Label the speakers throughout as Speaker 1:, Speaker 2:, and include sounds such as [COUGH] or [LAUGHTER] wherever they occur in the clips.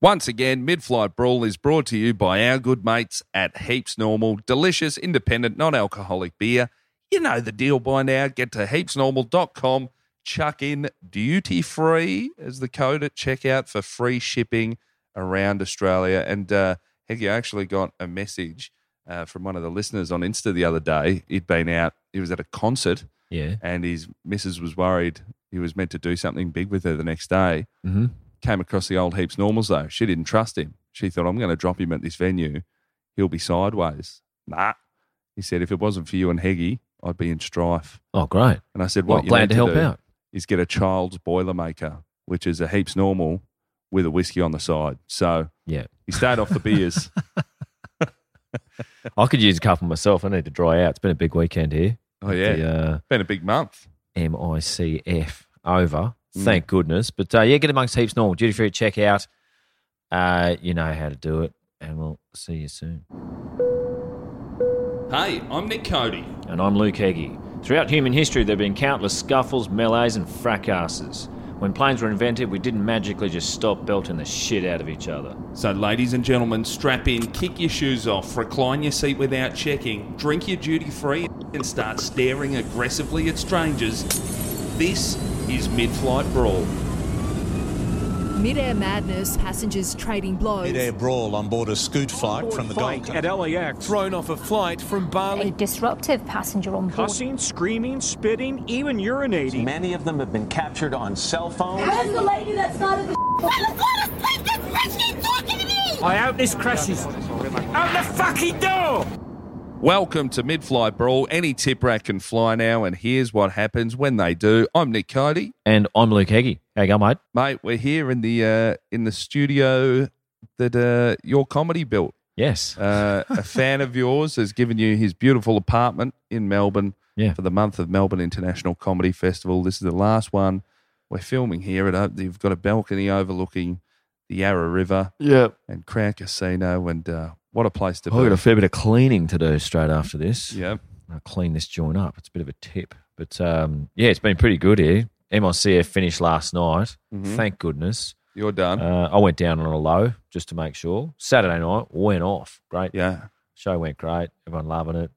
Speaker 1: Once again, Mid Flight Brawl is brought to you by our good mates at Heaps Normal, delicious, independent, non alcoholic beer. You know the deal by now. Get to heapsnormal.com, chuck in duty free as the code at checkout for free shipping around Australia. And uh, heck, you actually got a message uh, from one of the listeners on Insta the other day. He'd been out, he was at a concert,
Speaker 2: Yeah.
Speaker 1: and his missus was worried he was meant to do something big with her the next day
Speaker 2: Mm-hmm.
Speaker 1: came across the old heaps normals though. She didn't trust him. She thought, I'm going to drop him at this venue. He'll be sideways. Nah. He said, if it wasn't for you and Heggy, I'd be in strife.
Speaker 2: Oh, great.
Speaker 1: And I said,
Speaker 2: Well,
Speaker 1: what you
Speaker 2: glad
Speaker 1: need
Speaker 2: to help
Speaker 1: do
Speaker 2: out.
Speaker 1: is get a child's Boilermaker, which is a heaps normal with a whiskey on the side. So
Speaker 2: Yeah.
Speaker 1: he stayed off the
Speaker 2: [LAUGHS]
Speaker 1: beers.
Speaker 2: I could use a couple myself. I need to dry out. It's been a big weekend here.
Speaker 1: Oh, yeah.
Speaker 2: The, uh,
Speaker 1: Been a big month.
Speaker 2: MICF over. Thank goodness. But uh, yeah, get amongst heaps normal. Duty free checkout. Uh, you know how to do it. And we'll see you soon.
Speaker 1: Hey, I'm Nick Cody.
Speaker 2: And I'm Luke Heggie. Throughout human history, there have been countless scuffles, melees, and fracasses. When planes were invented, we didn't magically just stop belting the shit out of each other.
Speaker 1: So, ladies and gentlemen, strap in, kick your shoes off, recline your seat without checking, drink your duty free, and start staring aggressively at strangers. This is Mid Flight Brawl.
Speaker 3: Mid-air madness, passengers trading blows.
Speaker 4: Mid-air brawl on board a scoot flight from the Gold Coast.
Speaker 5: at LAX. Thrown off a flight from
Speaker 6: a
Speaker 5: Bali.
Speaker 6: disruptive passenger on board.
Speaker 5: Cussing, screaming, spitting, even urinating.
Speaker 4: Many of them have been captured on cell phones.
Speaker 7: Where's the lady that started the
Speaker 5: I hope this crashes. Out the fucking door!
Speaker 1: Welcome to Mid Flight Brawl. Any tip rat can fly now, and here's what happens when they do. I'm Nick Cody.
Speaker 2: And I'm Luke Heggie. How you going, mate?
Speaker 1: Mate, we're here in the uh, in the studio that uh, your comedy built.
Speaker 2: Yes.
Speaker 1: Uh, a fan of yours has given you his beautiful apartment in Melbourne
Speaker 2: Yeah.
Speaker 1: for the month of Melbourne International Comedy Festival. This is the last one we're filming here. At, uh, you've got a balcony overlooking the Yarra River
Speaker 2: Yeah.
Speaker 1: and Crown Casino, and uh, what a place to
Speaker 2: I've got
Speaker 1: be.
Speaker 2: a fair bit of cleaning to do straight after this.
Speaker 1: yeah,
Speaker 2: I'll clean this joint up. It's a bit of a tip. But um, yeah, it's been pretty good here. MICF finished last night.
Speaker 1: Mm-hmm.
Speaker 2: Thank goodness.
Speaker 1: you're done.
Speaker 2: Uh, I went down on a low just to make sure. Saturday night went off. Great.
Speaker 1: yeah,
Speaker 2: Show went great. Everyone loving it.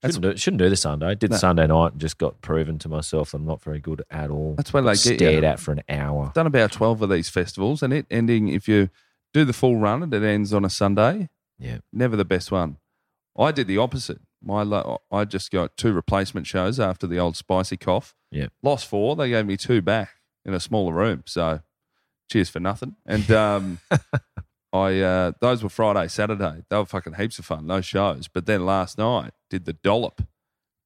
Speaker 1: That's-
Speaker 2: Shouldn't do, shouldn't do the Sunday. Did
Speaker 1: No.
Speaker 2: the Sunday night and just got proven to myself I'm not very good at all.
Speaker 1: That's when they get you.
Speaker 2: stared at for an hour.
Speaker 1: done about twelve of these festivals, and it ending if you do the full run and it ends on a Sunday.
Speaker 2: Yeah.
Speaker 1: never the best one. I did the opposite. My lo- I just got two replacement shows after the old spicy cough.
Speaker 2: Yeah.
Speaker 1: lost four. They gave me two back in a smaller room. So, cheers for nothing. And
Speaker 2: [LAUGHS]
Speaker 1: um, I uh, those were Friday, Saturday. They were fucking heaps of fun. Those shows. But then last night did the Dollop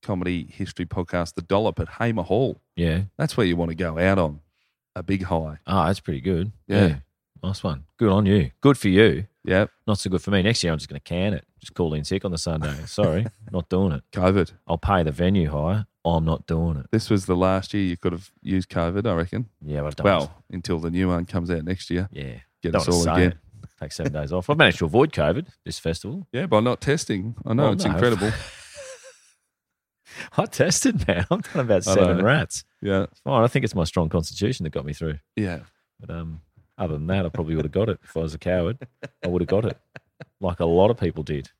Speaker 1: comedy history podcast, the Dollop at Hamer Hall.
Speaker 2: Yeah.
Speaker 1: That's where you want to go out on a big high.
Speaker 2: Oh, that's pretty good.
Speaker 1: Yeah.
Speaker 2: Nice one. Good on you. Good for you.
Speaker 1: Yeah,
Speaker 2: Not so good for me. Next year, I'm just going to can it. Just call in sick on the Sunday.
Speaker 1: [LAUGHS]
Speaker 2: Sorry, not doing it.
Speaker 1: COVID.
Speaker 2: I'll pay the venue hire. I'm not doing it.
Speaker 1: This was the last year you could have used COVID. I reckon.
Speaker 2: Yeah, but I don't.
Speaker 1: Well, until the new one comes out next year.
Speaker 2: yeah,
Speaker 1: Get
Speaker 2: don't
Speaker 1: us
Speaker 2: wanna
Speaker 1: all
Speaker 2: say
Speaker 1: again.
Speaker 2: it. Take seven days off. I've managed to avoid COVID this festival.
Speaker 1: Yeah, by not testing. I know
Speaker 2: Well,
Speaker 1: it's
Speaker 2: no. [LAUGHS]
Speaker 1: incredible.
Speaker 2: I tested now. I've done about
Speaker 1: [LAUGHS] I
Speaker 2: seven
Speaker 1: know.
Speaker 2: rats.
Speaker 1: Yeah,
Speaker 2: Fine. I think it's my strong constitution that got me through.
Speaker 1: yeah.
Speaker 2: But um, other than that, I probably would have got it if I was a coward. I would have got it, like a lot of people did.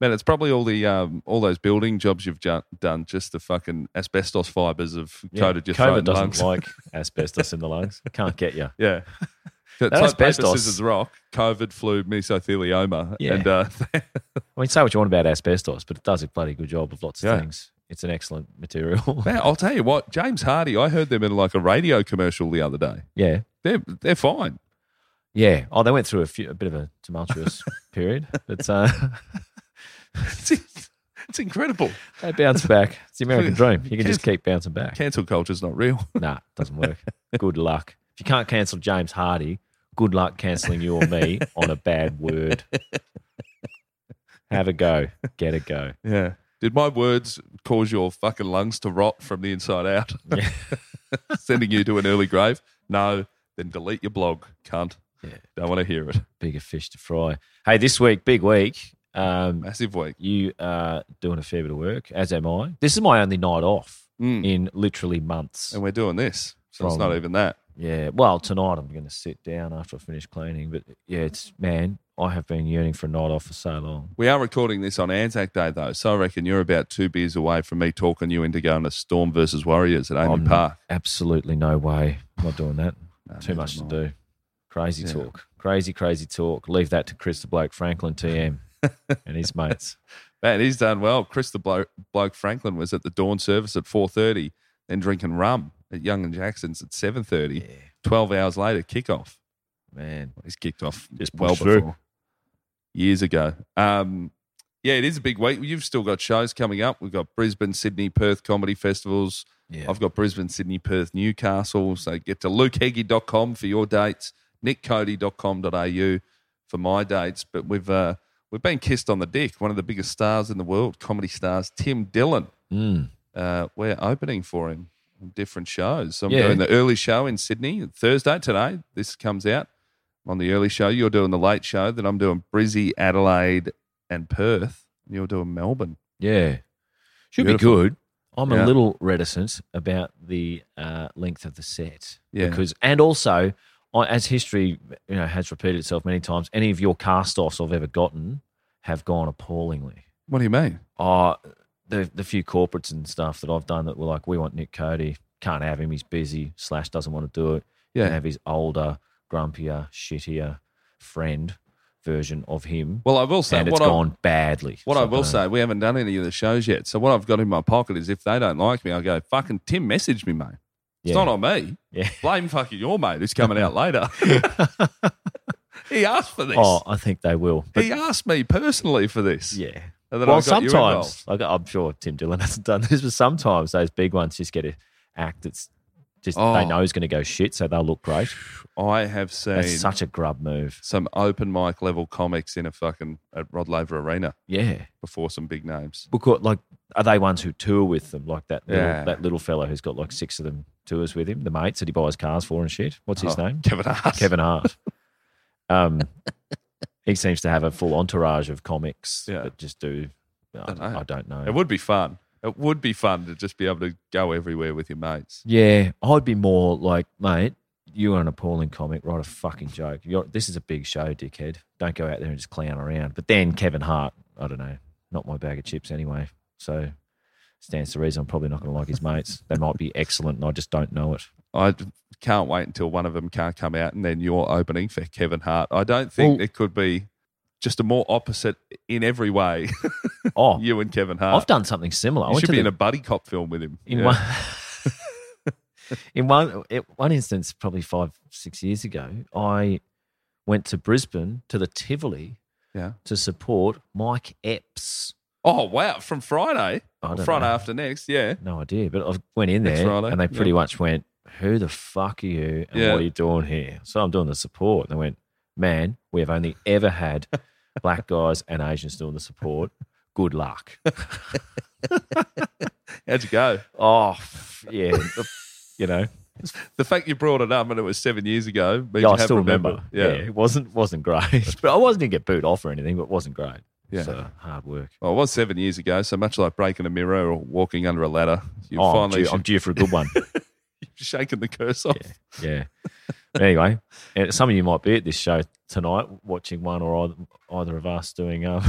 Speaker 1: Man, it's probably all the um, all those building jobs you've ju- done. Just the fucking asbestos fibers have
Speaker 2: Yeah,
Speaker 1: coated your throat
Speaker 2: COVID
Speaker 1: and
Speaker 2: doesn't
Speaker 1: lungs.
Speaker 2: like asbestos in the lungs. Can't get you.
Speaker 1: [LAUGHS] yeah. So
Speaker 2: [LAUGHS]
Speaker 1: it's like
Speaker 2: That
Speaker 1: paper,
Speaker 2: asbestos-
Speaker 1: scissors, rock. COVID, flu, mesothelioma,
Speaker 2: Yeah.
Speaker 1: and uh, [LAUGHS]
Speaker 2: I mean, say what you want about asbestos, but it does a bloody good job of lots of
Speaker 1: Yeah.
Speaker 2: things. It's an excellent material. [LAUGHS]
Speaker 1: man, I'll tell you what, James Hardy. I heard them in like a radio commercial the other day.
Speaker 2: yeah.
Speaker 1: They're they're fine. [LAUGHS]
Speaker 2: Yeah. Oh, they went through a, few, a bit of a tumultuous period, but uh, [LAUGHS]
Speaker 1: It's, it's incredible.
Speaker 2: they bounce back. It's the American dream. You can just keep bouncing back.
Speaker 1: Cancel culture's not real.
Speaker 2: Nah, doesn't work. Good luck. If you can't cancel James Hardy, good luck cancelling you or me on a bad word. Have a go. Get a go.
Speaker 1: Yeah. Did my words cause your fucking lungs to rot from the inside out?
Speaker 2: Yeah.
Speaker 1: [LAUGHS] Sending you to an early grave? No. Then delete your blog, cunt.
Speaker 2: Yeah.
Speaker 1: Don't want to hear it.
Speaker 2: Bigger fish to fry. Hey, this week, big week. Um,
Speaker 1: Massive week.
Speaker 2: you are doing a fair bit of work, as am I. This is my only night off
Speaker 1: Mm. Oh,
Speaker 2: in literally months.
Speaker 1: And we're doing this. So it's
Speaker 2: From-
Speaker 1: not even that.
Speaker 2: Yeah. Well, tonight I'm going to sit down after I finish cleaning. But yeah, it's, man, I have been yearning for a night off for so long.
Speaker 1: We are recording this on Anzac Day, though. So I reckon you're about two beers away from me talking you into going to Storm versus Warriors at Amy
Speaker 2: I'm
Speaker 1: Park.
Speaker 2: Absolutely no way. I'm not doing that. Too
Speaker 1: never
Speaker 2: much to
Speaker 1: mind.
Speaker 2: do. Crazy
Speaker 1: Yeah.
Speaker 2: talk. Crazy, crazy talk. Leave that to Chris the Bloke
Speaker 1: [LAUGHS]
Speaker 2: Franklin TM and his mates.
Speaker 1: Man, he's done well. Chris the bloke, bloke Franklin was at the dawn service at 4.30, then drinking rum at Young and Jackson's at 7.30. 12 hours later, kickoff.
Speaker 2: Man.
Speaker 1: He's kicked off
Speaker 2: Just
Speaker 1: well
Speaker 2: push through.
Speaker 1: before years ago. Um, yeah, it is a big week. You've still got shows coming up. We've got Brisbane, Sydney, Perth comedy festivals.
Speaker 2: Yeah.
Speaker 1: I've got Brisbane, Sydney, Perth, Newcastle. So get to lukeheggie.com for your dates, nickcody.com.au for my dates. But we've uh, we've been kissed on the dick. One of the biggest stars in the world, comedy stars, Tim Dillon.
Speaker 2: Mm.
Speaker 1: Uh, we're opening for him on different shows. So I'm
Speaker 2: Yeah.
Speaker 1: doing the early show in Sydney Thursday today. This comes out on the early show. You're doing the late show. Then I'm doing Brizzy, Adelaide, and Perth. You're doing Melbourne.
Speaker 2: Yeah. Should
Speaker 1: Beautiful.
Speaker 2: be good. I'm
Speaker 1: Yeah.
Speaker 2: a little reticent about the uh, length of the set.
Speaker 1: Yeah.
Speaker 2: Because and also I- as history you know has repeated itself many times, any of your cast offs I've ever gotten have gone appallingly.
Speaker 1: What do you mean?
Speaker 2: Oh, the the few corporates and stuff that I've done that were like, we want Nick Cody, can't have him, he's busy, slash doesn't want to do it.
Speaker 1: Yeah.
Speaker 2: Can have his older, grumpier, shittier friend version of him.
Speaker 1: Well, I will say
Speaker 2: and it's
Speaker 1: what I
Speaker 2: gone badly.
Speaker 1: what
Speaker 2: So
Speaker 1: I will
Speaker 2: don't-
Speaker 1: say, we haven't done any of the shows yet. So what I've got in my pocket is if they don't like me, I go fucking Tim, message me, mate. It's
Speaker 2: Yeah.
Speaker 1: not on me.
Speaker 2: Yeah.
Speaker 1: Blame fucking your mate who's coming
Speaker 2: [LAUGHS]
Speaker 1: out later. he asked for this.
Speaker 2: Oh, I think they will. But
Speaker 1: he asked me personally for this.
Speaker 2: yeah.
Speaker 1: And then I
Speaker 2: Well,
Speaker 1: got you involved.
Speaker 2: sometimes, like I'm sure Tim Dillon [LAUGHS] hasn't done this, but sometimes those big ones just get a act that's just
Speaker 1: Oh.
Speaker 2: they know is going to go shit, so they'll look great.
Speaker 1: I have seen
Speaker 2: That's such a grub move.
Speaker 1: some open mic level comics in a fucking at Rod Laver Arena
Speaker 2: Yeah.
Speaker 1: before some big names.
Speaker 2: because like are they ones who tour with them like that little,
Speaker 1: Yeah.
Speaker 2: that little fellow who's got like six of them tours with him the mates that he buys cars for and shit what's his
Speaker 1: Oh,
Speaker 2: name [LAUGHS]
Speaker 1: Kevin Hart.
Speaker 2: kevin hart
Speaker 1: [LAUGHS]
Speaker 2: um he seems to have a full entourage of comics
Speaker 1: Yeah.
Speaker 2: that just do I,
Speaker 1: Don't know.
Speaker 2: I don't know
Speaker 1: [LAUGHS] It would be fun. It would be fun to just be able to go everywhere with your mates.
Speaker 2: yeah i'd be more like mate you are an appalling comic write a fucking joke You're, this is a big show dickhead don't go out there and just clown around but then kevin hart i don't know not my bag of chips anyway so stands to reason i'm probably not going to like his mates they might be excellent and i just don't know it
Speaker 1: I d- can't wait until one of them can't come out and then you're opening for Kevin Hart. I don't think
Speaker 2: Well-
Speaker 1: it could be just a more opposite in every way, [LAUGHS]
Speaker 2: Oh,
Speaker 1: you and Kevin Hart.
Speaker 2: I've done something similar. I
Speaker 1: you
Speaker 2: went
Speaker 1: should
Speaker 2: to
Speaker 1: be
Speaker 2: the-
Speaker 1: in a buddy cop film with him.
Speaker 2: in
Speaker 1: [LAUGHS] Yeah.
Speaker 2: one [LAUGHS] in one it, one instance, probably five six years ago, I went to Brisbane to the Tivoli
Speaker 1: yeah.
Speaker 2: to support Mike Epps.
Speaker 1: Oh, wow. From Friday?
Speaker 2: I
Speaker 1: Or
Speaker 2: don't
Speaker 1: Friday
Speaker 2: know.
Speaker 1: after next, yeah.
Speaker 2: No idea, but I went in
Speaker 1: Next
Speaker 2: there
Speaker 1: Friday,
Speaker 2: and they pretty
Speaker 1: yeah.
Speaker 2: much went, "Who the fuck are you? And
Speaker 1: Yeah.
Speaker 2: what are you doing here?" So I'm doing the support, and they went, "Man, we have only ever had
Speaker 1: [LAUGHS]
Speaker 2: black guys and Asians doing the support. Good luck."
Speaker 1: How'd you go?
Speaker 2: oh, f- yeah, the- you know.
Speaker 1: The fact you brought it up and it was seven years ago means you
Speaker 2: Yeah, I
Speaker 1: have
Speaker 2: still remember.
Speaker 1: remembered.
Speaker 2: Yeah. it wasn't wasn't great, [LAUGHS] but I wasn't gonna get booed off or anything. But it wasn't great.
Speaker 1: Yeah.
Speaker 2: so hard work.
Speaker 1: Well, it was seven years ago, so much like breaking a mirror or walking under a ladder, you
Speaker 2: Oh, I'm
Speaker 1: finally
Speaker 2: due- I'm
Speaker 1: [LAUGHS] sh-
Speaker 2: due for a good one.
Speaker 1: you've shaken the curse off.
Speaker 2: yeah. But anyway, eh, some of you might be at this show tonight, watching one or either, either of us doing a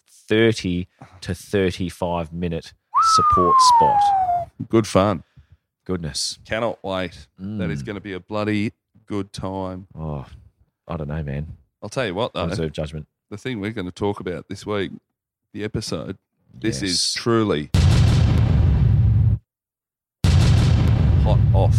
Speaker 2: [LAUGHS] thirty to thirty-five minute support spot.
Speaker 1: Good fun.
Speaker 2: Goodness.
Speaker 1: Cannot wait. That
Speaker 2: Mm.
Speaker 1: is going to be a bloody good time.
Speaker 2: Oh, I don't know, man.
Speaker 1: I'll tell you what,
Speaker 2: I
Speaker 1: though,
Speaker 2: reserve judgment.
Speaker 1: the thing we're going to talk about this week, the episode, this is
Speaker 2: Yes.
Speaker 1: truly hot off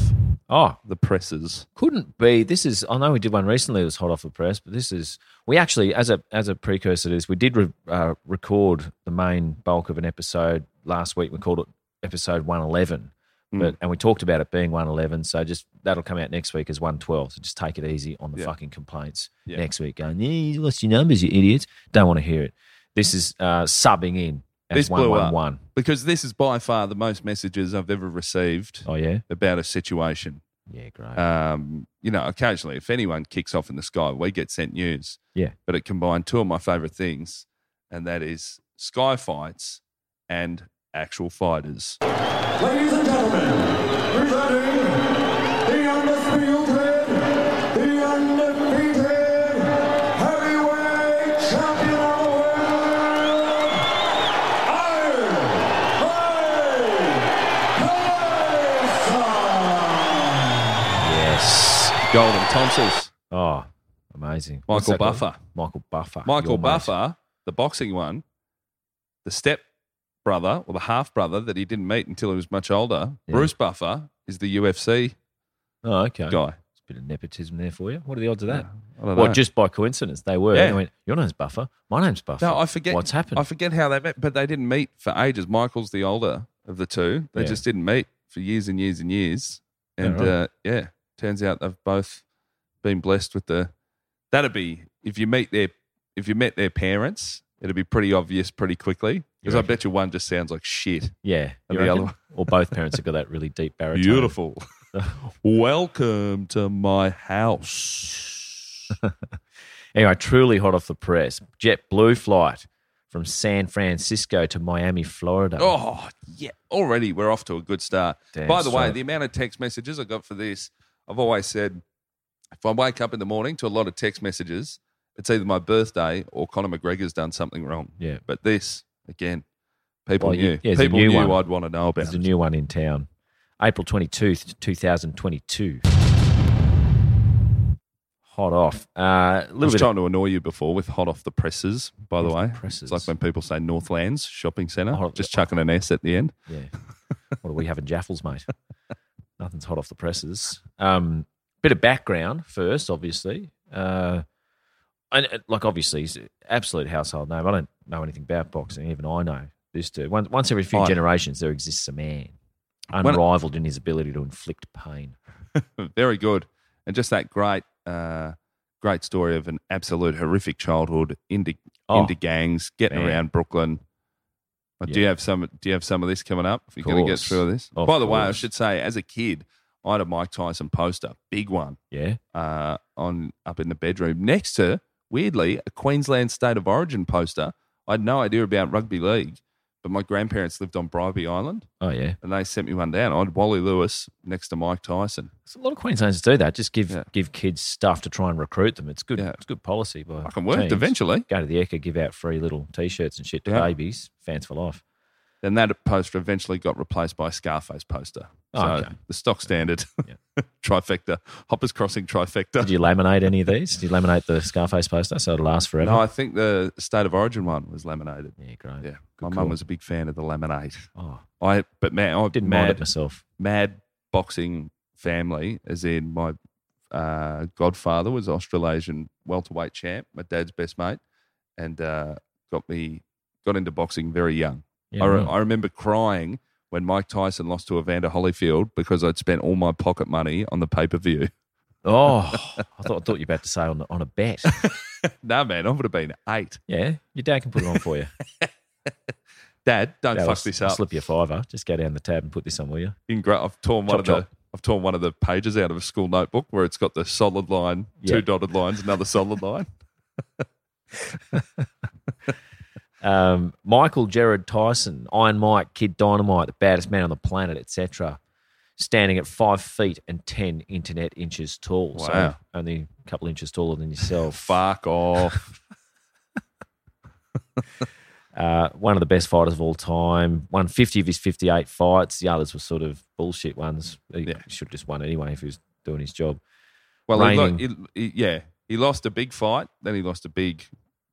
Speaker 2: Oh,
Speaker 1: the presses.
Speaker 2: couldn't be. This is. I know we did one recently. that was hot off the press, but this is. We actually, as a as a precursor to this, we did re, uh, record the main bulk of an episode last week. We called it episode one eleven,
Speaker 1: Hmm.
Speaker 2: But and we talked about it being 111, so just that'll come out next week as 112. So just take it easy on the
Speaker 1: Yeah.
Speaker 2: fucking complaints
Speaker 1: Yeah.
Speaker 2: next week. Going, yeah, you lost your numbers, you idiots. Don't want to hear it. This is uh, subbing in
Speaker 1: This
Speaker 2: as
Speaker 1: blew up.
Speaker 2: 111.
Speaker 1: because this is by far the most messages I've ever received
Speaker 2: Oh yeah,
Speaker 1: about a situation.
Speaker 2: yeah, great.
Speaker 1: Um, you know, occasionally, if anyone kicks off in the sky, we get sent news.
Speaker 2: Yeah.
Speaker 1: But it combined two of my favorite things, and that is sky fights and actual fighters.
Speaker 7: Ladies and gentlemen, presenting the undisputed, the undefeated heavyweight champion of the world, Iron Clay
Speaker 2: yes.
Speaker 1: Golden tonsils.
Speaker 2: Oh, amazing. What's
Speaker 1: Michael
Speaker 2: that called?
Speaker 1: Buffer.
Speaker 2: Michael Buffer.
Speaker 1: Michael
Speaker 2: your mate.
Speaker 1: Buffer, the boxing one, the step brother or the half brother that he didn't meet until he was much older.
Speaker 2: Yeah.
Speaker 1: Bruce Buffer is the UFC
Speaker 2: Oh, okay. It's
Speaker 1: guy.
Speaker 2: a bit of nepotism there for you. What are the odds of that?
Speaker 1: I don't
Speaker 2: Well,
Speaker 1: know.
Speaker 2: just by coincidence, they were.
Speaker 1: Yeah.
Speaker 2: They went, Your name's Buffer. My name's Buffer.
Speaker 1: No, I forget
Speaker 2: What's happened?
Speaker 1: I forget how they met, but they didn't meet for ages. Michael's the older of the two. They
Speaker 2: Yeah.
Speaker 1: just didn't meet for years and years and years. And
Speaker 2: Alright.
Speaker 1: uh, yeah, turns out they've both been blessed with the. That'd be if you meet their if you met their parents, it'd be pretty obvious pretty quickly. Because I
Speaker 2: reckon?
Speaker 1: bet you one just sounds like shit.
Speaker 2: yeah.
Speaker 1: And
Speaker 2: you
Speaker 1: the other
Speaker 2: reckon? or both parents have got that really deep baritone.
Speaker 1: Beautiful. [LAUGHS] Welcome to my house.
Speaker 2: [LAUGHS] Anyway, truly hot off the press. JetBlue flight from San Francisco to Miami, Florida.
Speaker 1: Oh, yeah. Already we're off to a good start.
Speaker 2: Damn
Speaker 1: By the way,
Speaker 2: straight.
Speaker 1: the amount of text messages I got for this, I've always said if I wake up in the morning to a lot of text messages, it's either my birthday or Conor McGregor's done something wrong.
Speaker 2: Yeah.
Speaker 1: But this, again, people
Speaker 2: Well, you-
Speaker 1: knew.
Speaker 2: yeah, there's a
Speaker 1: people
Speaker 2: new
Speaker 1: knew
Speaker 2: one.
Speaker 1: I'd want to know about
Speaker 2: There's a
Speaker 1: it.
Speaker 2: new one in town. April 22th, 2022. Hot off. Uh,
Speaker 1: I
Speaker 2: little
Speaker 1: was
Speaker 2: bit of
Speaker 1: trying to annoy you before with hot off the presses, by the Oh,
Speaker 2: Off the
Speaker 1: way.
Speaker 2: presses.
Speaker 1: It's like when people say Northlands Shopping Centre,
Speaker 2: Hot-
Speaker 1: just chucking an S at the end.
Speaker 2: Yeah. what are we having
Speaker 1: [LAUGHS]
Speaker 2: jaffles, mate? Nothing's hot off the presses. Um, bit of background first, obviously. Uh, and uh, like obviously, he's an absolute household name. I don't know anything about boxing. Even I know this dude. Once, once every few
Speaker 1: I-
Speaker 2: generations, there exists a man
Speaker 1: When-
Speaker 2: unrivaled in his ability to inflict pain.
Speaker 1: Very good. And just that great, uh, great story of an absolute horrific childhood into
Speaker 2: Oh,
Speaker 1: into gangs, getting
Speaker 2: man.
Speaker 1: around Brooklyn. But Do
Speaker 2: Yeah.
Speaker 1: you have some? Do you have some of this coming up? If you're going to get
Speaker 2: course.
Speaker 1: through this.
Speaker 2: Of
Speaker 1: By the way, I
Speaker 2: course.
Speaker 1: should say, as a kid, I had a Mike Tyson poster, big one,
Speaker 2: Yeah,
Speaker 1: uh, on up in the bedroom next to, weirdly, a Queensland State of Origin poster. I had no idea about rugby league, but my grandparents lived on Bribey Island,
Speaker 2: oh yeah.
Speaker 1: and they sent me one down. I had Wally Lewis next to Mike Tyson.
Speaker 2: There's a lot of Queenslanders do that. Just give
Speaker 1: Yeah.
Speaker 2: give kids stuff to try and recruit them. It's good.
Speaker 1: Yeah.
Speaker 2: It's good policy. By
Speaker 1: Fucking worked
Speaker 2: teams.
Speaker 1: eventually.
Speaker 2: Go to the Eka, give out free little t-shirts and shit to
Speaker 1: Yeah.
Speaker 2: babies. Fans for life.
Speaker 1: Then that poster eventually got replaced by a Scarface poster. So
Speaker 2: Oh, okay.
Speaker 1: the stock standard [LAUGHS] trifecta, Hoppers Crossing trifecta.
Speaker 2: Did you laminate any of these? Did you laminate the Scarface poster so it'll last forever?
Speaker 1: no, I think the State of Origin one was laminated.
Speaker 2: yeah, great.
Speaker 1: Yeah,
Speaker 2: Good
Speaker 1: my
Speaker 2: call.
Speaker 1: mum was a big fan of the laminate.
Speaker 2: Oh,
Speaker 1: I but man, I
Speaker 2: didn't mind it
Speaker 1: mad
Speaker 2: myself.
Speaker 1: mad boxing family. As in, my uh, godfather was Australasian welterweight champ, my dad's best mate, and uh, got me got into boxing very young.
Speaker 2: Yeah,
Speaker 1: I, re- [LAUGHS]
Speaker 2: right.
Speaker 1: I remember crying when Mike Tyson lost to Evander Holyfield because I'd spent all my pocket money on the pay per view.
Speaker 2: Oh, I thought I thought you were about to say on on
Speaker 1: [LAUGHS]
Speaker 2: a bet.
Speaker 1: [LAUGHS] nah, man, I would have been eight.
Speaker 2: Yeah, your dad can put it on for you.
Speaker 1: Dad, don't
Speaker 2: Dad,
Speaker 1: fuck
Speaker 2: I'll-
Speaker 1: this
Speaker 2: I'll
Speaker 1: up.
Speaker 2: Slip your fiver. Just go down the tab and put this on, will you?
Speaker 1: In gra- I've torn one
Speaker 2: Chop,
Speaker 1: of the.
Speaker 2: chop.
Speaker 1: I've torn one of the pages out of a school notebook where it's got the solid line,
Speaker 2: Yeah.
Speaker 1: two dotted lines, another solid
Speaker 2: [LAUGHS]
Speaker 1: line.
Speaker 2: Um, Michael Gerard Tyson, Iron Mike, Kid Dynamite, the baddest man on the planet, etc. Standing at five feet and ten internet inches tall. So
Speaker 1: Wow.
Speaker 2: only a couple inches taller than yourself. [LAUGHS]
Speaker 1: Fuck off.
Speaker 2: Uh, one of the best fighters of all time. Won 50 of his 58 fights. The others were sort of bullshit ones. He
Speaker 1: Yeah.
Speaker 2: should have just won anyway if he was doing his job.
Speaker 1: Well, he, lo- he, he- yeah, he lost a big fight, then he lost a big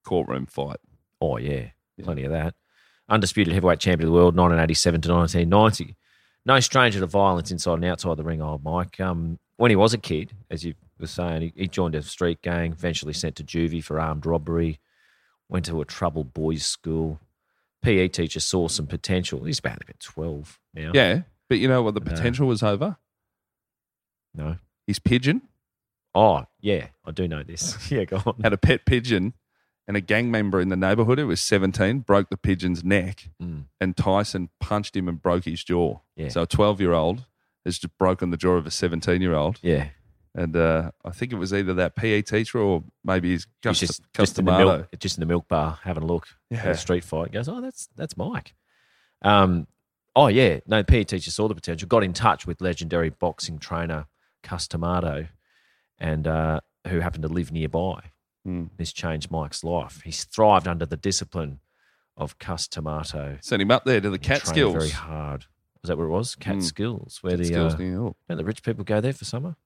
Speaker 1: courtroom fight.
Speaker 2: Oh, yeah. Plenty of that. Undisputed heavyweight champion of the world, 1987 to 1990. No stranger to violence inside and outside the ring, old Mike. Um, when he was a kid, as you were saying, he, he joined a street gang, eventually sent to juvie for armed robbery, went to a troubled E boys' school. PE teacher saw some potential. He's about about 12 now.
Speaker 1: Yeah, But you know what the
Speaker 2: No.
Speaker 1: potential was over?
Speaker 2: No.
Speaker 1: His pigeon
Speaker 2: Oh, yeah, I do know this. [LAUGHS] Yeah, go on.
Speaker 1: had a pet pigeon, and a gang member in the neighborhood who was 17 broke the pigeon's neck,
Speaker 2: Mm.
Speaker 1: and Tyson punched him and broke his jaw.
Speaker 2: Yeah.
Speaker 1: So a 12 year old has just broken the jaw of a 17 year old.
Speaker 2: Yeah,
Speaker 1: And uh, I think it was either that PE teacher or maybe his cust-
Speaker 2: He's just just in the
Speaker 1: customato.
Speaker 2: milk, just in the milk bar, having a look at
Speaker 1: eh? Yeah.
Speaker 2: a street fight. Goes, oh, that's that's Mike. Um, oh yeah, no, the PE teacher saw the potential, got in touch with legendary boxing trainer Customato, and uh, who happened to live nearby.
Speaker 1: Mm.
Speaker 2: This changed Mike's life. He's thrived under the discipline of Customato.
Speaker 1: Sent him up there to the
Speaker 2: He trained
Speaker 1: Catskills.
Speaker 2: very hard. Was that where it was?
Speaker 1: Mm.
Speaker 2: Catskills, where the
Speaker 1: Catskills,
Speaker 2: uh,
Speaker 1: New York.
Speaker 2: don't the rich people go there for summer.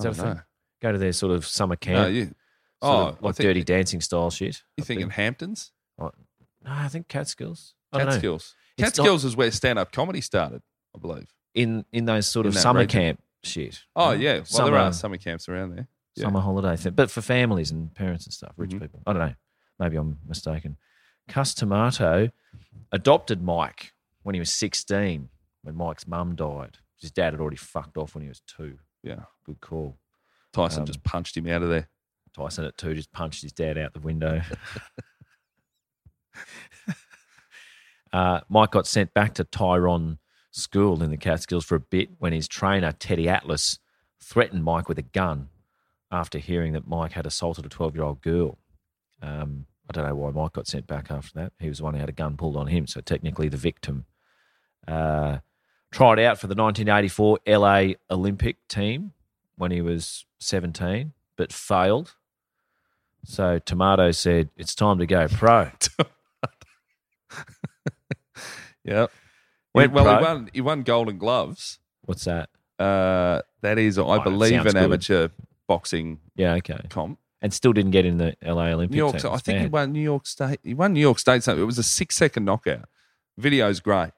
Speaker 2: Is
Speaker 1: I
Speaker 2: that a
Speaker 1: don't
Speaker 2: thing?
Speaker 1: know. Uh,
Speaker 2: Go to their sort of summer camp,
Speaker 1: No, you,
Speaker 2: sort
Speaker 1: oh,
Speaker 2: of
Speaker 1: I
Speaker 2: like
Speaker 1: think-
Speaker 2: dirty dancing style shit.
Speaker 1: you
Speaker 2: up there.
Speaker 1: thinking Hamptons?
Speaker 2: No, I think Catskills. I don't know.
Speaker 1: Catskills.
Speaker 2: It's not-
Speaker 1: Catskills is where stand up comedy started, I believe.
Speaker 2: In in those sort
Speaker 1: In
Speaker 2: of
Speaker 1: that
Speaker 2: summer
Speaker 1: region.
Speaker 2: camp shit.
Speaker 1: Oh,
Speaker 2: you know?
Speaker 1: yeah. Well,
Speaker 2: summer,
Speaker 1: there are summer camps around there. yeah. Mm-hmm.
Speaker 2: summer holiday thing, but for families and parents and stuff, rich people. I don't know. Maybe I'm mistaken. Cuss Tomato adopted Mike when he was 16, when Mike's mum died. His dad had already fucked off when he was two.
Speaker 1: Yeah.
Speaker 2: Good call.
Speaker 1: Tyson
Speaker 2: Um,
Speaker 1: just punched him out of there.
Speaker 2: Tyson at two just punched his dad out the window. uh, Mike got sent back to Tyrone School in the Catskills for a bit when his trainer, Teddy Atlas, threatened Mike with a gun after hearing that Mike had assaulted a 12 year old girl. Um, I don't know why Mike got sent back after that. He was the one who had a gun pulled on him, so technically the victim. Uh, tried out for the 1984 LA Olympic team when he was 17, but failed. So Tomato said, It's time to go pro.
Speaker 1: Yeah. [LAUGHS] Went well,
Speaker 2: pro.
Speaker 1: he won, he won Golden Gloves.
Speaker 2: What's that?
Speaker 1: Uh, that is, I
Speaker 2: it
Speaker 1: believe, an
Speaker 2: sounds good.
Speaker 1: amateur boxing
Speaker 2: Yeah, okay.
Speaker 1: comp.
Speaker 2: And still didn't get in the LA Olympic
Speaker 1: New York.
Speaker 2: team.
Speaker 1: I
Speaker 2: It's
Speaker 1: think he
Speaker 2: bad.
Speaker 1: won New York State. He won New York State. Something. It was a six-second knockout. Video's great.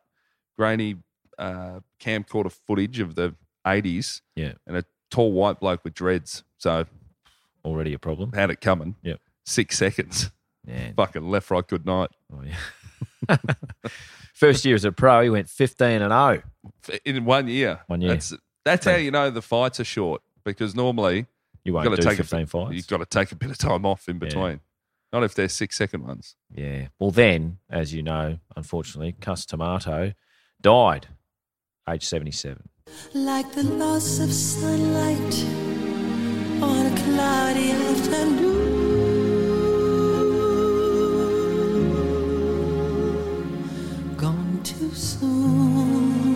Speaker 1: Grainy uh, camcorder footage of the '80s,
Speaker 2: Yeah,
Speaker 1: and a tall white bloke with dreads. So
Speaker 2: already
Speaker 1: [LAUGHS]
Speaker 2: a problem.
Speaker 1: had it coming.
Speaker 2: Yep.
Speaker 1: Six seconds.
Speaker 2: Yeah.
Speaker 1: Fucking left, right, good night.
Speaker 2: Oh, yeah. [LAUGHS] First year as a pro, he went 15 and oh. 0.
Speaker 1: F- In one year.
Speaker 2: One year.
Speaker 1: That's that's how you know the fights are short because normally
Speaker 2: You
Speaker 1: you've
Speaker 2: won't
Speaker 1: got to
Speaker 2: do
Speaker 1: take
Speaker 2: 15
Speaker 1: a,
Speaker 2: fights.
Speaker 1: You've got to take a bit of time off in between. Not if they're six-second ones.
Speaker 2: Yeah. Well, then, as you know, unfortunately, Cuss Tomato died age 77.
Speaker 8: Like the loss of sunlight on a cloudy afternoon. Gone too soon.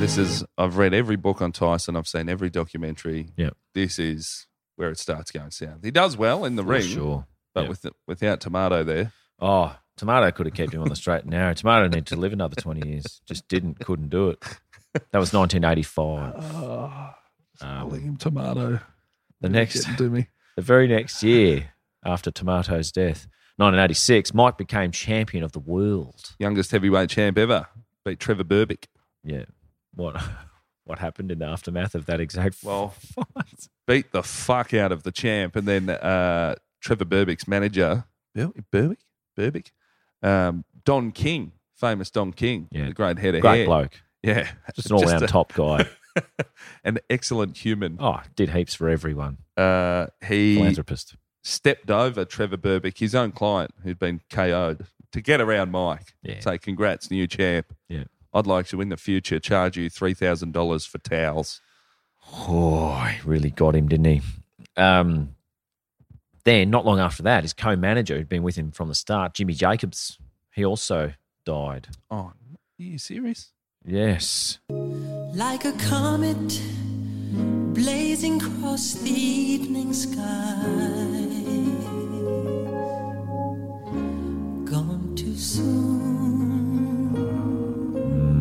Speaker 1: This is I've read every book on Tyson. I've seen every documentary.
Speaker 2: Yep.
Speaker 1: This is where it starts going south. He does well in the ring,
Speaker 2: Sure.
Speaker 1: but
Speaker 2: yeah.
Speaker 1: with without Tomato there,
Speaker 2: Oh, Tomato could have kept him on the straight and narrow. Tomato needed to live another 20 years. Just didn't, couldn't do it. That was 1985. Um,
Speaker 1: William Tomato.
Speaker 2: the next,
Speaker 1: Getting to me.
Speaker 2: the very next year after Tomato's death, 1986, Mike became champion of the world.
Speaker 1: [LAUGHS] Youngest heavyweight champ ever beat Trevor Burbick.
Speaker 2: Yeah. What, [LAUGHS] what happened in the aftermath of that exact [LAUGHS]
Speaker 1: Well,
Speaker 2: fight?
Speaker 1: Beat the fuck out of the champ, and then uh, Trevor Burbick's manager, Bur- Burbick, Burbick, um, Don King, famous Don King,
Speaker 2: Yeah.
Speaker 1: the great head of
Speaker 2: Great
Speaker 1: hair.
Speaker 2: bloke.
Speaker 1: Yeah,
Speaker 2: Just an all round
Speaker 1: a-
Speaker 2: top guy.
Speaker 1: [LAUGHS] an excellent human.
Speaker 2: Oh, did heaps for everyone.
Speaker 1: Uh, he
Speaker 2: Philanthropist.
Speaker 1: stepped over Trevor Burbick, his own client who'd been KO'd, to get around Mike.
Speaker 2: Yeah.
Speaker 1: Say, congrats, new champ.
Speaker 2: Yeah.
Speaker 1: I'd like to, in the future, charge you $3,000 for towels.
Speaker 2: Oh, he really got him, didn't he? Um, then, not long after that, his co manager, who'd been with him from the start, Jimmy Jacobs, he also died.
Speaker 1: Oh, are you serious?
Speaker 2: Yes.
Speaker 8: Like a comet blazing across the evening sky. Gone too soon.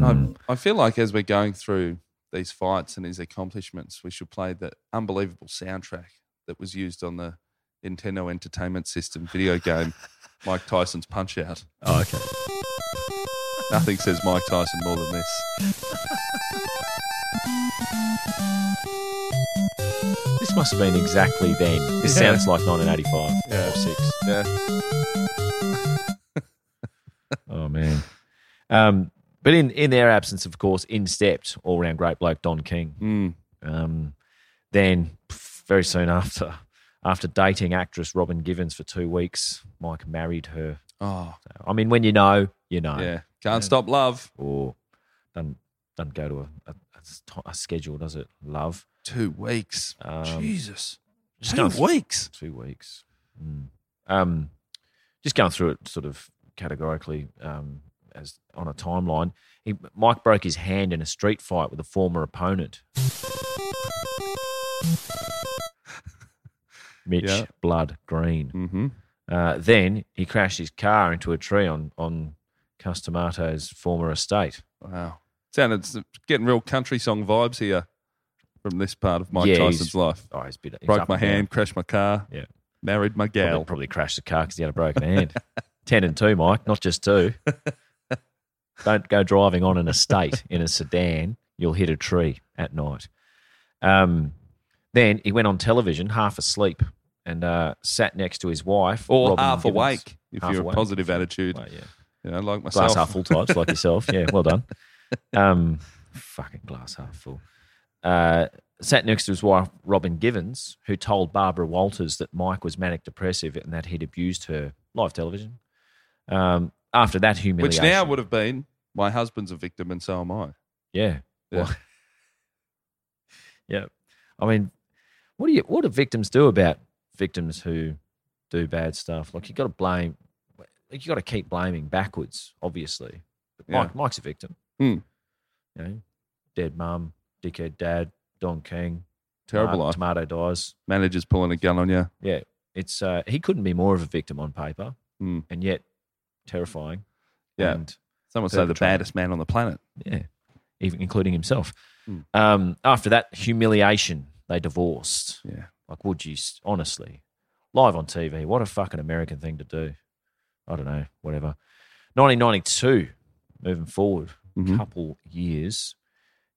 Speaker 1: I, I feel like as we're going through these fights and these accomplishments, we should play the unbelievable soundtrack that was used on the Nintendo Entertainment System video game,
Speaker 2: [LAUGHS]
Speaker 1: Mike Tyson's Punch Out.
Speaker 2: Oh, okay.
Speaker 1: Nothing says Mike Tyson more than this.
Speaker 2: This must have been exactly then. This
Speaker 1: Yeah.
Speaker 2: sounds like 1985
Speaker 1: Yeah.
Speaker 2: or 6.
Speaker 1: Yeah.
Speaker 2: Oh, man. Um, But in, in their absence, of course, in stepped all round great bloke Don King.
Speaker 1: Mm.
Speaker 2: Um, then pff, very soon after, after dating actress Robin Givens for two weeks, Mike married her.
Speaker 1: Oh,
Speaker 2: I mean, when you know, you know.
Speaker 1: yeah. Can't stop love.
Speaker 2: Or doesn't, doesn't go to a, a, a s- ti- a schedule, does it? Love.
Speaker 1: Two weeks.
Speaker 2: Um,
Speaker 1: Jesus.
Speaker 2: just
Speaker 1: Two
Speaker 2: going through-
Speaker 1: weeks.
Speaker 2: Two weeks. Mm. Um, just going through it sort of categorically um, as on a timeline. He, Mike broke his hand in a street fight with a former
Speaker 1: [LAUGHS]
Speaker 2: opponent. Mitch
Speaker 1: Yeah.
Speaker 2: Blood Green.
Speaker 1: Mm-hmm.
Speaker 2: Uh, then he crashed his car into a tree on on Customato's former estate.
Speaker 1: Wow. Sounded it's getting real country song vibes here from this part of Mike
Speaker 2: Yeah, he's-
Speaker 1: Tyson's life.
Speaker 2: Oh, he's a bit he's
Speaker 1: Broke
Speaker 2: up
Speaker 1: my
Speaker 2: and down.
Speaker 1: hand, crashed my car,
Speaker 2: Yeah,
Speaker 1: married my
Speaker 2: probably,
Speaker 1: gal.
Speaker 2: probably crashed the car because he had a broken
Speaker 1: [LAUGHS]
Speaker 2: hand. Ten and two, Mike, not just two. Don't go driving on an estate in a sedan. You'll hit a tree at night. Um, then he went on television, half asleep, and uh, sat next to his wife,
Speaker 1: Or
Speaker 2: Robin
Speaker 1: half
Speaker 2: Givens.
Speaker 1: awake if
Speaker 2: Half
Speaker 1: you're
Speaker 2: awake.
Speaker 1: a positive attitude.
Speaker 2: Well, yeah.
Speaker 1: You know, like myself.
Speaker 2: glass half full types like yourself. Yeah,
Speaker 1: [LAUGHS]
Speaker 2: well done. Um, fucking glass half full. Uh, sat next to his wife, Robin Givens, who told Barbara Walters that Mike was manic depressive and that he'd abused her. Live television. Um, after that
Speaker 1: Which
Speaker 2: humiliation,
Speaker 1: now would have been my husband's a victim and so am I.
Speaker 2: yeah,
Speaker 1: Yeah.
Speaker 2: Well- [LAUGHS] yeah. I mean, what do you what do victims do about victims who do bad stuff? Like you got to blame, like you got to keep blaming backwards, obviously. But
Speaker 1: Yeah.
Speaker 2: Mike, Mike's a victim.
Speaker 1: Hmm.
Speaker 2: You know, dead mum, dickhead dad, Don King,
Speaker 1: Terrible
Speaker 2: tomato,
Speaker 1: life.
Speaker 2: tomato dies.
Speaker 1: Manager's pulling a gun on you.
Speaker 2: Yeah, it's uh, he couldn't be more of a victim on paper,
Speaker 1: Hmm.
Speaker 2: and yet terrifying.
Speaker 1: Yeah.
Speaker 2: and
Speaker 1: Someone say the
Speaker 2: Perpetrator.
Speaker 1: baddest man on the planet.
Speaker 2: yeah, even including himself.
Speaker 1: Hmm.
Speaker 2: Um, after that humiliation, they divorced.
Speaker 1: Yeah.
Speaker 2: Like, would you s- honestly live on TV? What a fucking American thing to do. I don't know, whatever. 1992, moving forward,
Speaker 1: Mhm.
Speaker 2: couple years.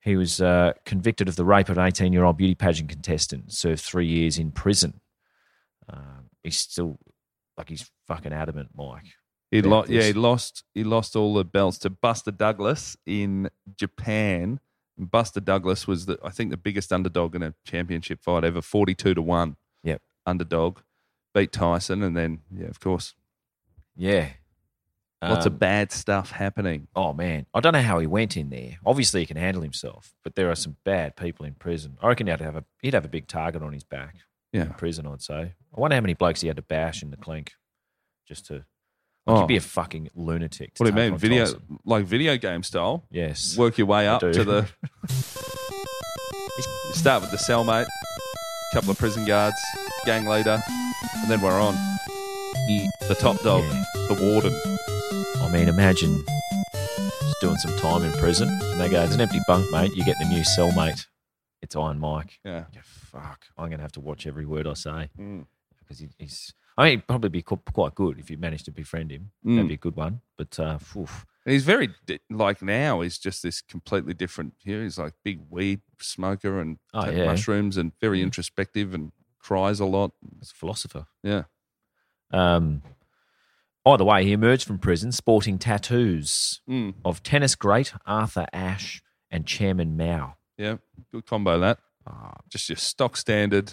Speaker 2: He was uh, convicted of the rape of an 18 year old beauty pageant contestant, served three years in prison. Um, he's still, like, he's fucking adamant, Mike.
Speaker 1: He
Speaker 2: Yeah,
Speaker 1: lo-
Speaker 2: it
Speaker 1: yeah, he
Speaker 2: is.
Speaker 1: lost he lost all the belts to Buster Douglas in Japan. And Buster Douglas was the I think the biggest underdog in a championship fight ever, forty two to one.
Speaker 2: Yep.
Speaker 1: Underdog. Beat Tyson and then yeah, of course.
Speaker 2: Yeah.
Speaker 1: Lots
Speaker 2: Um,
Speaker 1: of bad stuff happening.
Speaker 2: Oh man, I don't know how he went in there. Obviously, he can handle himself, but there are some bad people in prison. I reckon he'd have a he'd have a big target on his back in
Speaker 1: Yeah.
Speaker 2: prison. I'd say. I wonder how many blokes he had to bash in the clink just to.
Speaker 1: Oh,
Speaker 2: He'd be a fucking lunatic. to
Speaker 1: what do you
Speaker 2: take
Speaker 1: mean?
Speaker 2: on
Speaker 1: Video
Speaker 2: Tyson.
Speaker 1: like video game style.
Speaker 2: Yes.
Speaker 1: Work your way
Speaker 2: I
Speaker 1: up
Speaker 2: do.
Speaker 1: to
Speaker 2: [LAUGHS]
Speaker 1: the you start with the cellmate, couple of prison guards, gang leader, and then we're on. The top dog,
Speaker 2: Yeah.
Speaker 1: the warden.
Speaker 2: I mean, imagine just doing some time in prison, and they go, "It's an empty bunk, mate. You get the new cellmate. It's Iron Mike."
Speaker 1: Yeah.
Speaker 2: Yeah, fuck. I'm gonna have to watch every word I say
Speaker 1: Mm.
Speaker 2: because he, he's. I mean, he'd probably be qu- quite good if you managed to befriend him.
Speaker 1: Mm.
Speaker 2: That'd be a good one. But uh, oof.
Speaker 1: And he's very di- like now. He's just this completely different. Here he's like big weed smoker and
Speaker 2: Oh,
Speaker 1: take
Speaker 2: yeah. Mm.
Speaker 1: mushrooms and very introspective and cries a lot.
Speaker 2: he's a philosopher.
Speaker 1: Yeah,
Speaker 2: Um, either way, he emerged from prison sporting tattoos
Speaker 1: mm,
Speaker 2: of tennis great Arthur Ashe and Chairman Mao.
Speaker 1: yeah, good combo that.
Speaker 2: Ah,
Speaker 1: Just your stock standard.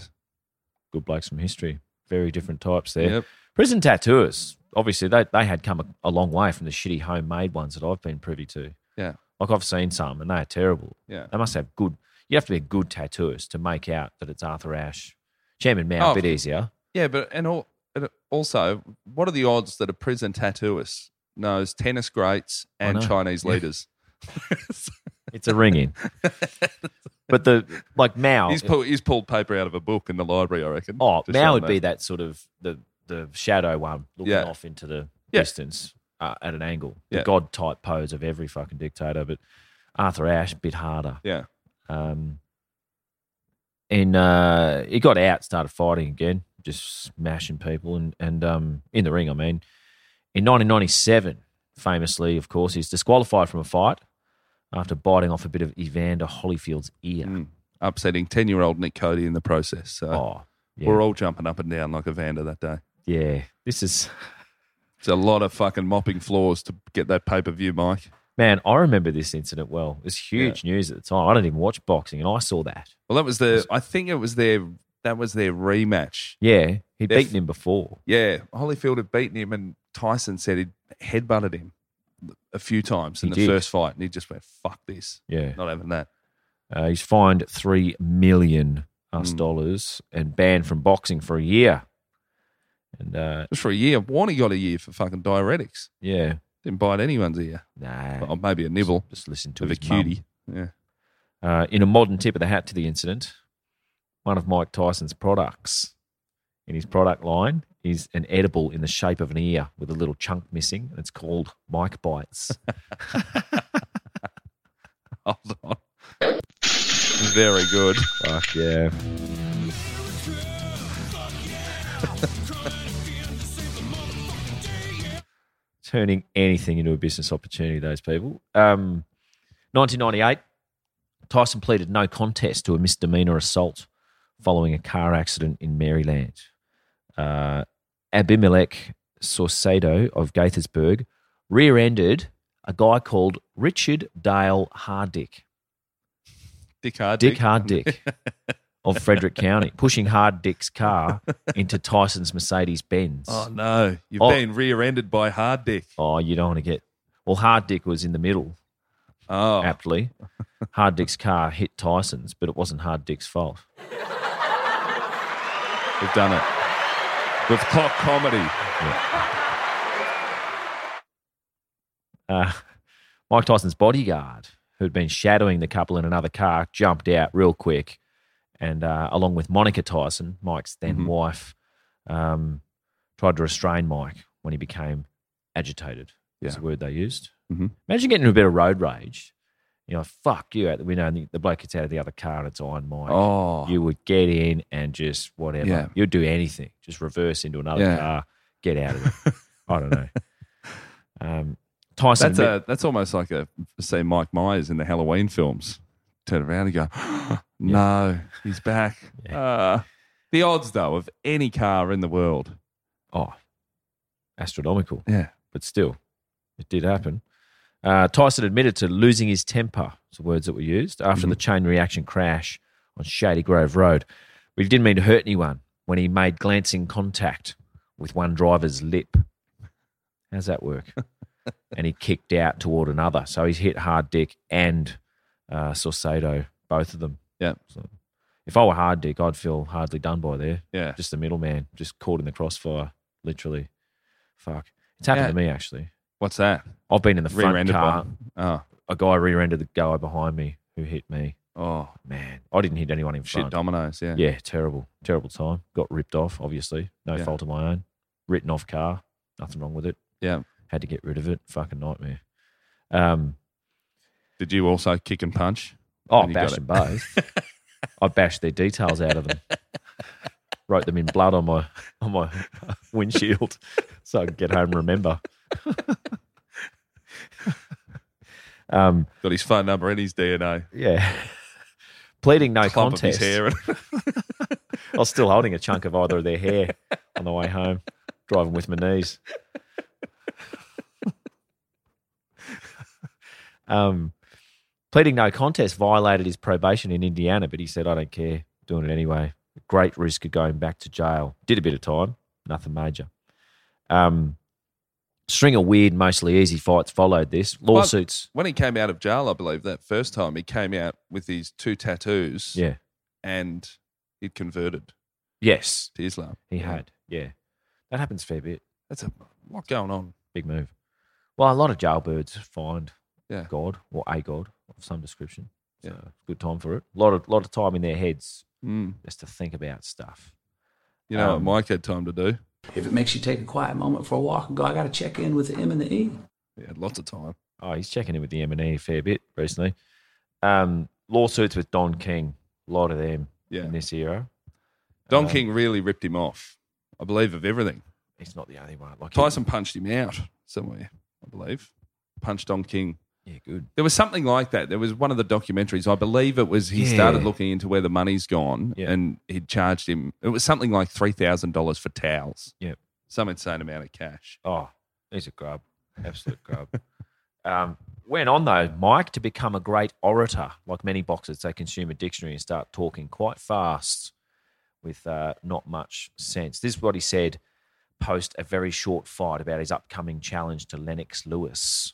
Speaker 2: good blokes from history. Very different types there.
Speaker 1: Yep.
Speaker 2: Prison tattooers, obviously, they, they had come a, a long way from the shitty homemade ones that I've been privy to.
Speaker 1: Yeah,
Speaker 2: Like, I've seen some and they are terrible.
Speaker 1: yeah.
Speaker 2: They must have good, you have to be a good tattooist to make out that it's Arthur Ashe. Chairman Mao,
Speaker 1: Oh.
Speaker 2: a bit easier.
Speaker 1: Yeah, but and all, and also, what are the odds that a prison tattooist knows tennis greats
Speaker 2: I
Speaker 1: and
Speaker 2: know.
Speaker 1: Chinese leaders?
Speaker 2: It's a
Speaker 1: [LAUGHS]
Speaker 2: ring in. But the, like, Mao.
Speaker 1: he's pulled he's pulled paper out of a book in the library, I reckon.
Speaker 2: Oh,
Speaker 1: to show
Speaker 2: now would
Speaker 1: him
Speaker 2: be that sort of the the shadow one looking
Speaker 1: Yeah.
Speaker 2: off into the
Speaker 1: Yeah.
Speaker 2: distance uh, at an angle. The
Speaker 1: Yeah.
Speaker 2: god type pose of every fucking dictator, but Arthur Ashe bit harder.
Speaker 1: Yeah,
Speaker 2: Um, and uh, he got out, started fighting again, just smashing people and and um, in the ring. I mean, in 1997, famously, of course, he's disqualified from a fight after biting off a bit of Evander Holyfield's ear.
Speaker 1: Mm. uh, upsetting ten year old Nick Cody in the process. So
Speaker 2: Oh, yeah,
Speaker 1: we're all jumping up and down like Evander that day.
Speaker 2: yeah. This is.
Speaker 1: It's a lot of fucking mopping floors to get that pay per view, Mike.
Speaker 2: Man, I remember this incident well. It was huge news at the time. I didn't even watch boxing, and I saw that.
Speaker 1: Well, that was the. I think it was their. That was their rematch.
Speaker 2: Yeah, he'd
Speaker 1: They're f-
Speaker 2: beaten him before.
Speaker 1: Yeah, Holyfield had beaten him, and Tyson said he'd headbutted him a few times in
Speaker 2: He
Speaker 1: the
Speaker 2: did.
Speaker 1: first fight, and he just went, "Fuck this,
Speaker 2: Yeah.
Speaker 1: not having that."
Speaker 2: Uh, he's fined three million US
Speaker 1: Mm.
Speaker 2: dollars and banned from boxing for a year. And uh,
Speaker 1: Just for a year, Warner got a year for fucking diuretics.
Speaker 2: yeah,
Speaker 1: Didn't bite anyone's ear,
Speaker 2: nah,
Speaker 1: or maybe a nibble
Speaker 2: just listen to
Speaker 1: of a
Speaker 2: his mum.
Speaker 1: cutie. Yeah, [LAUGHS]
Speaker 2: Uh, in a modern tip of the hat to the incident, one of Mike Tyson's products in his product line is an edible in the shape of an ear with a little chunk missing. and It's called Mike Bites.
Speaker 1: hold on. Very good.
Speaker 2: Fuck yeah. Turning anything into a business opportunity, those people. Um, 1998, Tyson pleaded no contest to a misdemeanor assault following a car accident in Maryland. Uh, Abimelech Saucedo of Gaithersburg rear ended a guy called Richard Dale Hardick.
Speaker 1: Dick hard.
Speaker 2: Dick Hard Dick
Speaker 1: [LAUGHS]
Speaker 2: of Frederick County, pushing Hard
Speaker 1: [LAUGHS]
Speaker 2: Dick's car into Tyson's Mercedes Benz.
Speaker 1: Oh no, you've
Speaker 2: Oh.
Speaker 1: been rear-ended by hard dick.
Speaker 2: Oh, you don't want to get. Well, Hard Dick was in the middle,
Speaker 1: Oh,
Speaker 2: aptly. Hard Dick's car hit Tyson's, but it wasn't Hard Dick's fault.
Speaker 1: we've done it with clock comedy.
Speaker 2: Uh, Mike Tyson's bodyguard, who'd been shadowing the couple in another car, jumped out real quick. And uh, along with Monica Tyson, Mike's then
Speaker 1: Mhm.
Speaker 2: wife, um, tried to restrain Mike when he became agitated. Is
Speaker 1: Yeah.
Speaker 2: the word they used.
Speaker 1: Mhm.
Speaker 2: Imagine getting into a bit of road rage. You know, fuck you out the window, and the, the bloke gets out of the other car and it's on Mike.
Speaker 1: Oh,
Speaker 2: You would get in and just whatever.
Speaker 1: Yeah.
Speaker 2: You'd do anything. Just reverse into another
Speaker 1: Yeah.
Speaker 2: car, get out of
Speaker 1: [LAUGHS]
Speaker 2: it. I don't know. Um, Tyson.
Speaker 1: that's a that's almost like a say Mike Myers in the Halloween films. Turn around and go, [GASPS] no, he's back. Uh, the odds though of any car in the world,
Speaker 2: oh, astronomical,
Speaker 1: yeah,
Speaker 2: but still, it did happen. Uh, Tyson admitted to losing his temper, it's the words that were used, after the chain reaction crash on Shady Grove Road. But he didn't mean to hurt anyone when he made glancing contact with one driver's lip. How's that work? and he kicked out toward another. So he's hit Hard Dick and uh, Saucedo, both of them.
Speaker 1: yeah,
Speaker 2: So if I were Hard Dick, I'd feel hardly done by there
Speaker 1: yeah.
Speaker 2: just the middleman, just caught in the crossfire, literally. Fuck, it's happened
Speaker 1: Yeah.
Speaker 2: to me actually.
Speaker 1: What's that?
Speaker 2: I've been in the front
Speaker 1: Rear-ended
Speaker 2: car.
Speaker 1: one. Oh,
Speaker 2: A guy rear-ended the guy behind me who hit me.
Speaker 1: oh,
Speaker 2: Man, I didn't hit anyone in
Speaker 1: shit,
Speaker 2: front.
Speaker 1: dominoes. Yeah,
Speaker 2: yeah, terrible, terrible time. Got ripped off, obviously, no
Speaker 1: Yeah.
Speaker 2: fault of my own. Written off car, nothing wrong with it.
Speaker 1: yeah.
Speaker 2: Had to get rid of it. Fucking nightmare. Um,
Speaker 1: Did you also kick and punch?
Speaker 2: oh,
Speaker 1: When
Speaker 2: I
Speaker 1: you got
Speaker 2: bashed
Speaker 1: it.
Speaker 2: them both.
Speaker 1: [LAUGHS]
Speaker 2: I bashed their details out of them. Wrote them in blood on my on my windshield, [LAUGHS] so I could get home and remember. [LAUGHS] um,
Speaker 1: Got his phone number and his DNA.
Speaker 2: yeah, pleading no
Speaker 1: Clump
Speaker 2: contest.
Speaker 1: of his hair.
Speaker 2: I was still holding a chunk of either of their hair on the way home, driving with my knees. um, pleading no contest violated his probation in Indiana, but he said, I don't care, doing it anyway. Great risk of going back to jail. Did a bit of time, nothing major. Um, string of weird, mostly easy fights followed this. Lawsuits.
Speaker 1: [LAUGHS] when he came out of jail, I believe that first time he came out with his two tattoos.
Speaker 2: Yeah.
Speaker 1: and he'd converted
Speaker 2: Yes,
Speaker 1: to Islam.
Speaker 2: he had. Yeah. That happens a fair bit.
Speaker 1: That's a lot going on.
Speaker 2: Big move. Well, a lot of jailbirds find
Speaker 1: Yeah.
Speaker 2: God or a God of some description. So
Speaker 1: Yeah.
Speaker 2: good time for it. A lot of lot of time in their heads
Speaker 1: Mm.
Speaker 2: just to think about stuff.
Speaker 1: You know
Speaker 2: Um,
Speaker 1: what Mike had time to do?
Speaker 9: If it makes you take a quiet moment for a walk and go, I got to check in with the M and the E.
Speaker 1: He had lots of time.
Speaker 2: Oh, he's checking in with the M and E a fair bit recently. Um, lawsuits with Don King, a lot of them
Speaker 1: Yeah.
Speaker 2: in this era.
Speaker 1: Don
Speaker 2: Um,
Speaker 1: King really ripped him off, I believe, of everything.
Speaker 2: He's not the only one. Like
Speaker 1: Tyson punched him out somewhere, I believe. Punched Don King.
Speaker 2: Yeah, good.
Speaker 1: There was something like that. There was one of the documentaries. I believe it was he
Speaker 2: Yeah.
Speaker 1: started looking into where the money's gone
Speaker 2: Yeah.
Speaker 1: and he'd charged him. It was something like $3,000 for towels.
Speaker 2: Yep.
Speaker 1: Some insane amount of cash.
Speaker 2: Oh, he's a grub, absolute grub. Um, Went on though, Mike, to become a great orator. Like many boxers, they consume a dictionary and start talking quite fast with uh, not much sense. This is what he said post a very short fight about his upcoming challenge to Lennox Lewis.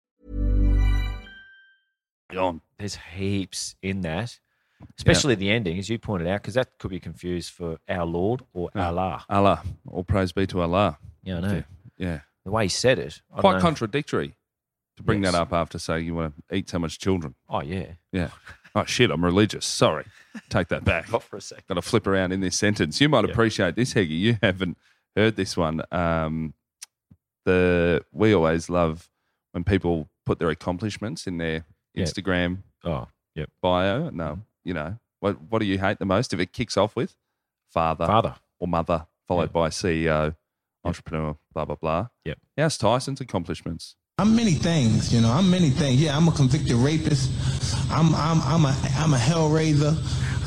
Speaker 1: on.
Speaker 2: There's heaps in that, especially the ending, as you pointed out, because that could be confused for our Lord or Allah.
Speaker 1: Allah. All praise be to Allah.
Speaker 2: Yeah, I know.
Speaker 1: Yeah.
Speaker 2: The way he said it, I don't
Speaker 1: Quite
Speaker 2: know.
Speaker 1: contradictory to bring
Speaker 2: Yes.
Speaker 1: that up after saying you want to eat so much children.
Speaker 2: Oh yeah,
Speaker 1: Yeah. Oh, shit, I'm religious.
Speaker 2: [LAUGHS]
Speaker 1: Sorry. Take that back.
Speaker 2: not for a second.
Speaker 1: Got to flip around in this sentence. You might
Speaker 2: Yeah.
Speaker 1: appreciate this, Heggy. You haven't heard this one. Um, the We always love when people put their accomplishments in their
Speaker 2: Yeah.
Speaker 1: Instagram
Speaker 2: Oh, yep.
Speaker 1: bio. No, you know, what, what do you hate the most? If it kicks off with father,
Speaker 2: Father.
Speaker 1: or mother, followed
Speaker 2: Yeah.
Speaker 1: by CEO, entrepreneur, blah, blah, blah.
Speaker 2: Yep.
Speaker 1: How's Tyson's accomplishments?
Speaker 10: I'm many things, you know. I'm many things. Yeah, I'm a convicted rapist. I'm I'm I'm a I'm a hellraiser.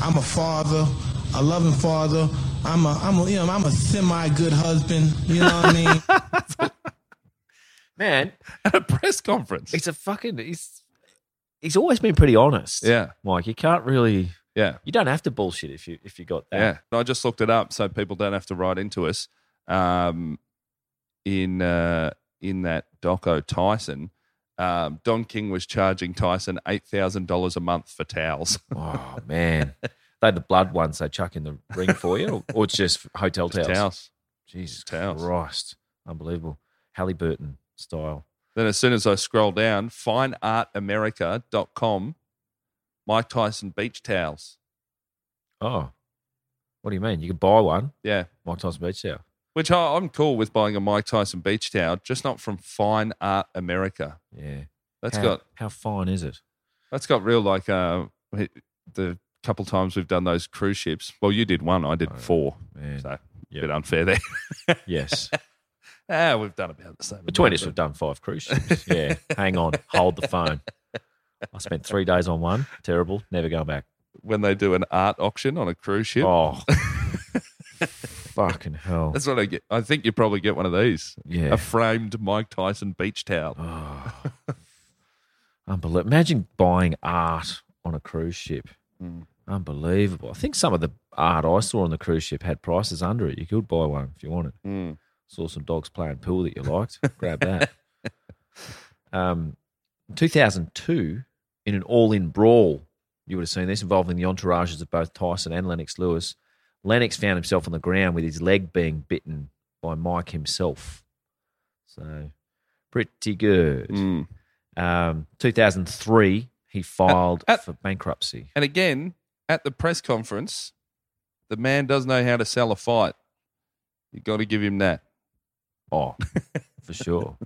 Speaker 10: I'm a father, a loving father. I'm a I'm a, you know I'm a semi good husband. You know what I mean?
Speaker 2: Man,
Speaker 1: At a press [LAUGHS] conference.
Speaker 2: it's a fucking. He's he's always been pretty honest.
Speaker 1: Yeah.
Speaker 2: Mike, you can't really.
Speaker 1: Yeah.
Speaker 2: You don't have to bullshit if you if you got that.
Speaker 1: Yeah. I just looked it up so people don't have to write into us. Um, in uh, in that doco Tyson, um, Don King was charging Tyson eight thousand dollars a month for towels. [LAUGHS]
Speaker 2: Oh man, they had the blood ones they chuck in the ring for you, or, or it's just hotel
Speaker 1: Just
Speaker 2: towels.
Speaker 1: towels.
Speaker 2: Jesus
Speaker 1: Towels.
Speaker 2: Christ, unbelievable, Halliburton style.
Speaker 1: Then as soon as I scroll down, fineartamerica.com, Mike Tyson beach towels.
Speaker 2: Oh, what do you mean? You could buy one,
Speaker 1: Yeah.
Speaker 2: Mike Tyson beach towel.
Speaker 1: Which I, I'm cool with buying a Mike Tyson beach towel, just not from Fine Art America.
Speaker 2: Yeah,
Speaker 1: That's
Speaker 2: how,
Speaker 1: got
Speaker 2: how fine is it?
Speaker 1: That's got real like uh the couple times we've done those cruise ships. Well, you did one, I did
Speaker 2: Oh,
Speaker 1: four.
Speaker 2: Man.
Speaker 1: So
Speaker 2: Yeah.
Speaker 1: a bit unfair there. [LAUGHS]
Speaker 2: yes,
Speaker 1: ah, we've done about the same. amount,
Speaker 2: between us, we've
Speaker 1: but-
Speaker 2: done
Speaker 1: [LAUGHS]
Speaker 2: five cruise ships. Yeah, hang on, hold the phone. I spent three days on one. Terrible. Never going back.
Speaker 1: When they do an art auction on a cruise ship, [LAUGHS]
Speaker 2: Oh, fucking hell.
Speaker 1: that's what I get. I think you probably get one of these.
Speaker 2: Yeah.
Speaker 1: A framed Mike Tyson beach towel.
Speaker 2: Oh, unbelievable! Imagine buying art on a cruise ship.
Speaker 1: Mm.
Speaker 2: Unbelievable! I think some of the art I saw on the cruise ship had prices under it. You could buy one if you wanted.
Speaker 1: Mm.
Speaker 2: Saw some dogs playing pool that you liked. Grab that. Um, 2002, in an all-in brawl, you would have seen this involving the entourages of both Tyson and Lennox Lewis. Lennox found himself on the ground with his leg being bitten by Mike himself. So, pretty good.
Speaker 1: Mm.
Speaker 2: Um, 2003, he filed
Speaker 1: at-
Speaker 2: for bankruptcy.
Speaker 1: And again, at the press conference, the man does know how to sell a fight. You got to give him that.
Speaker 2: Oh, for sure.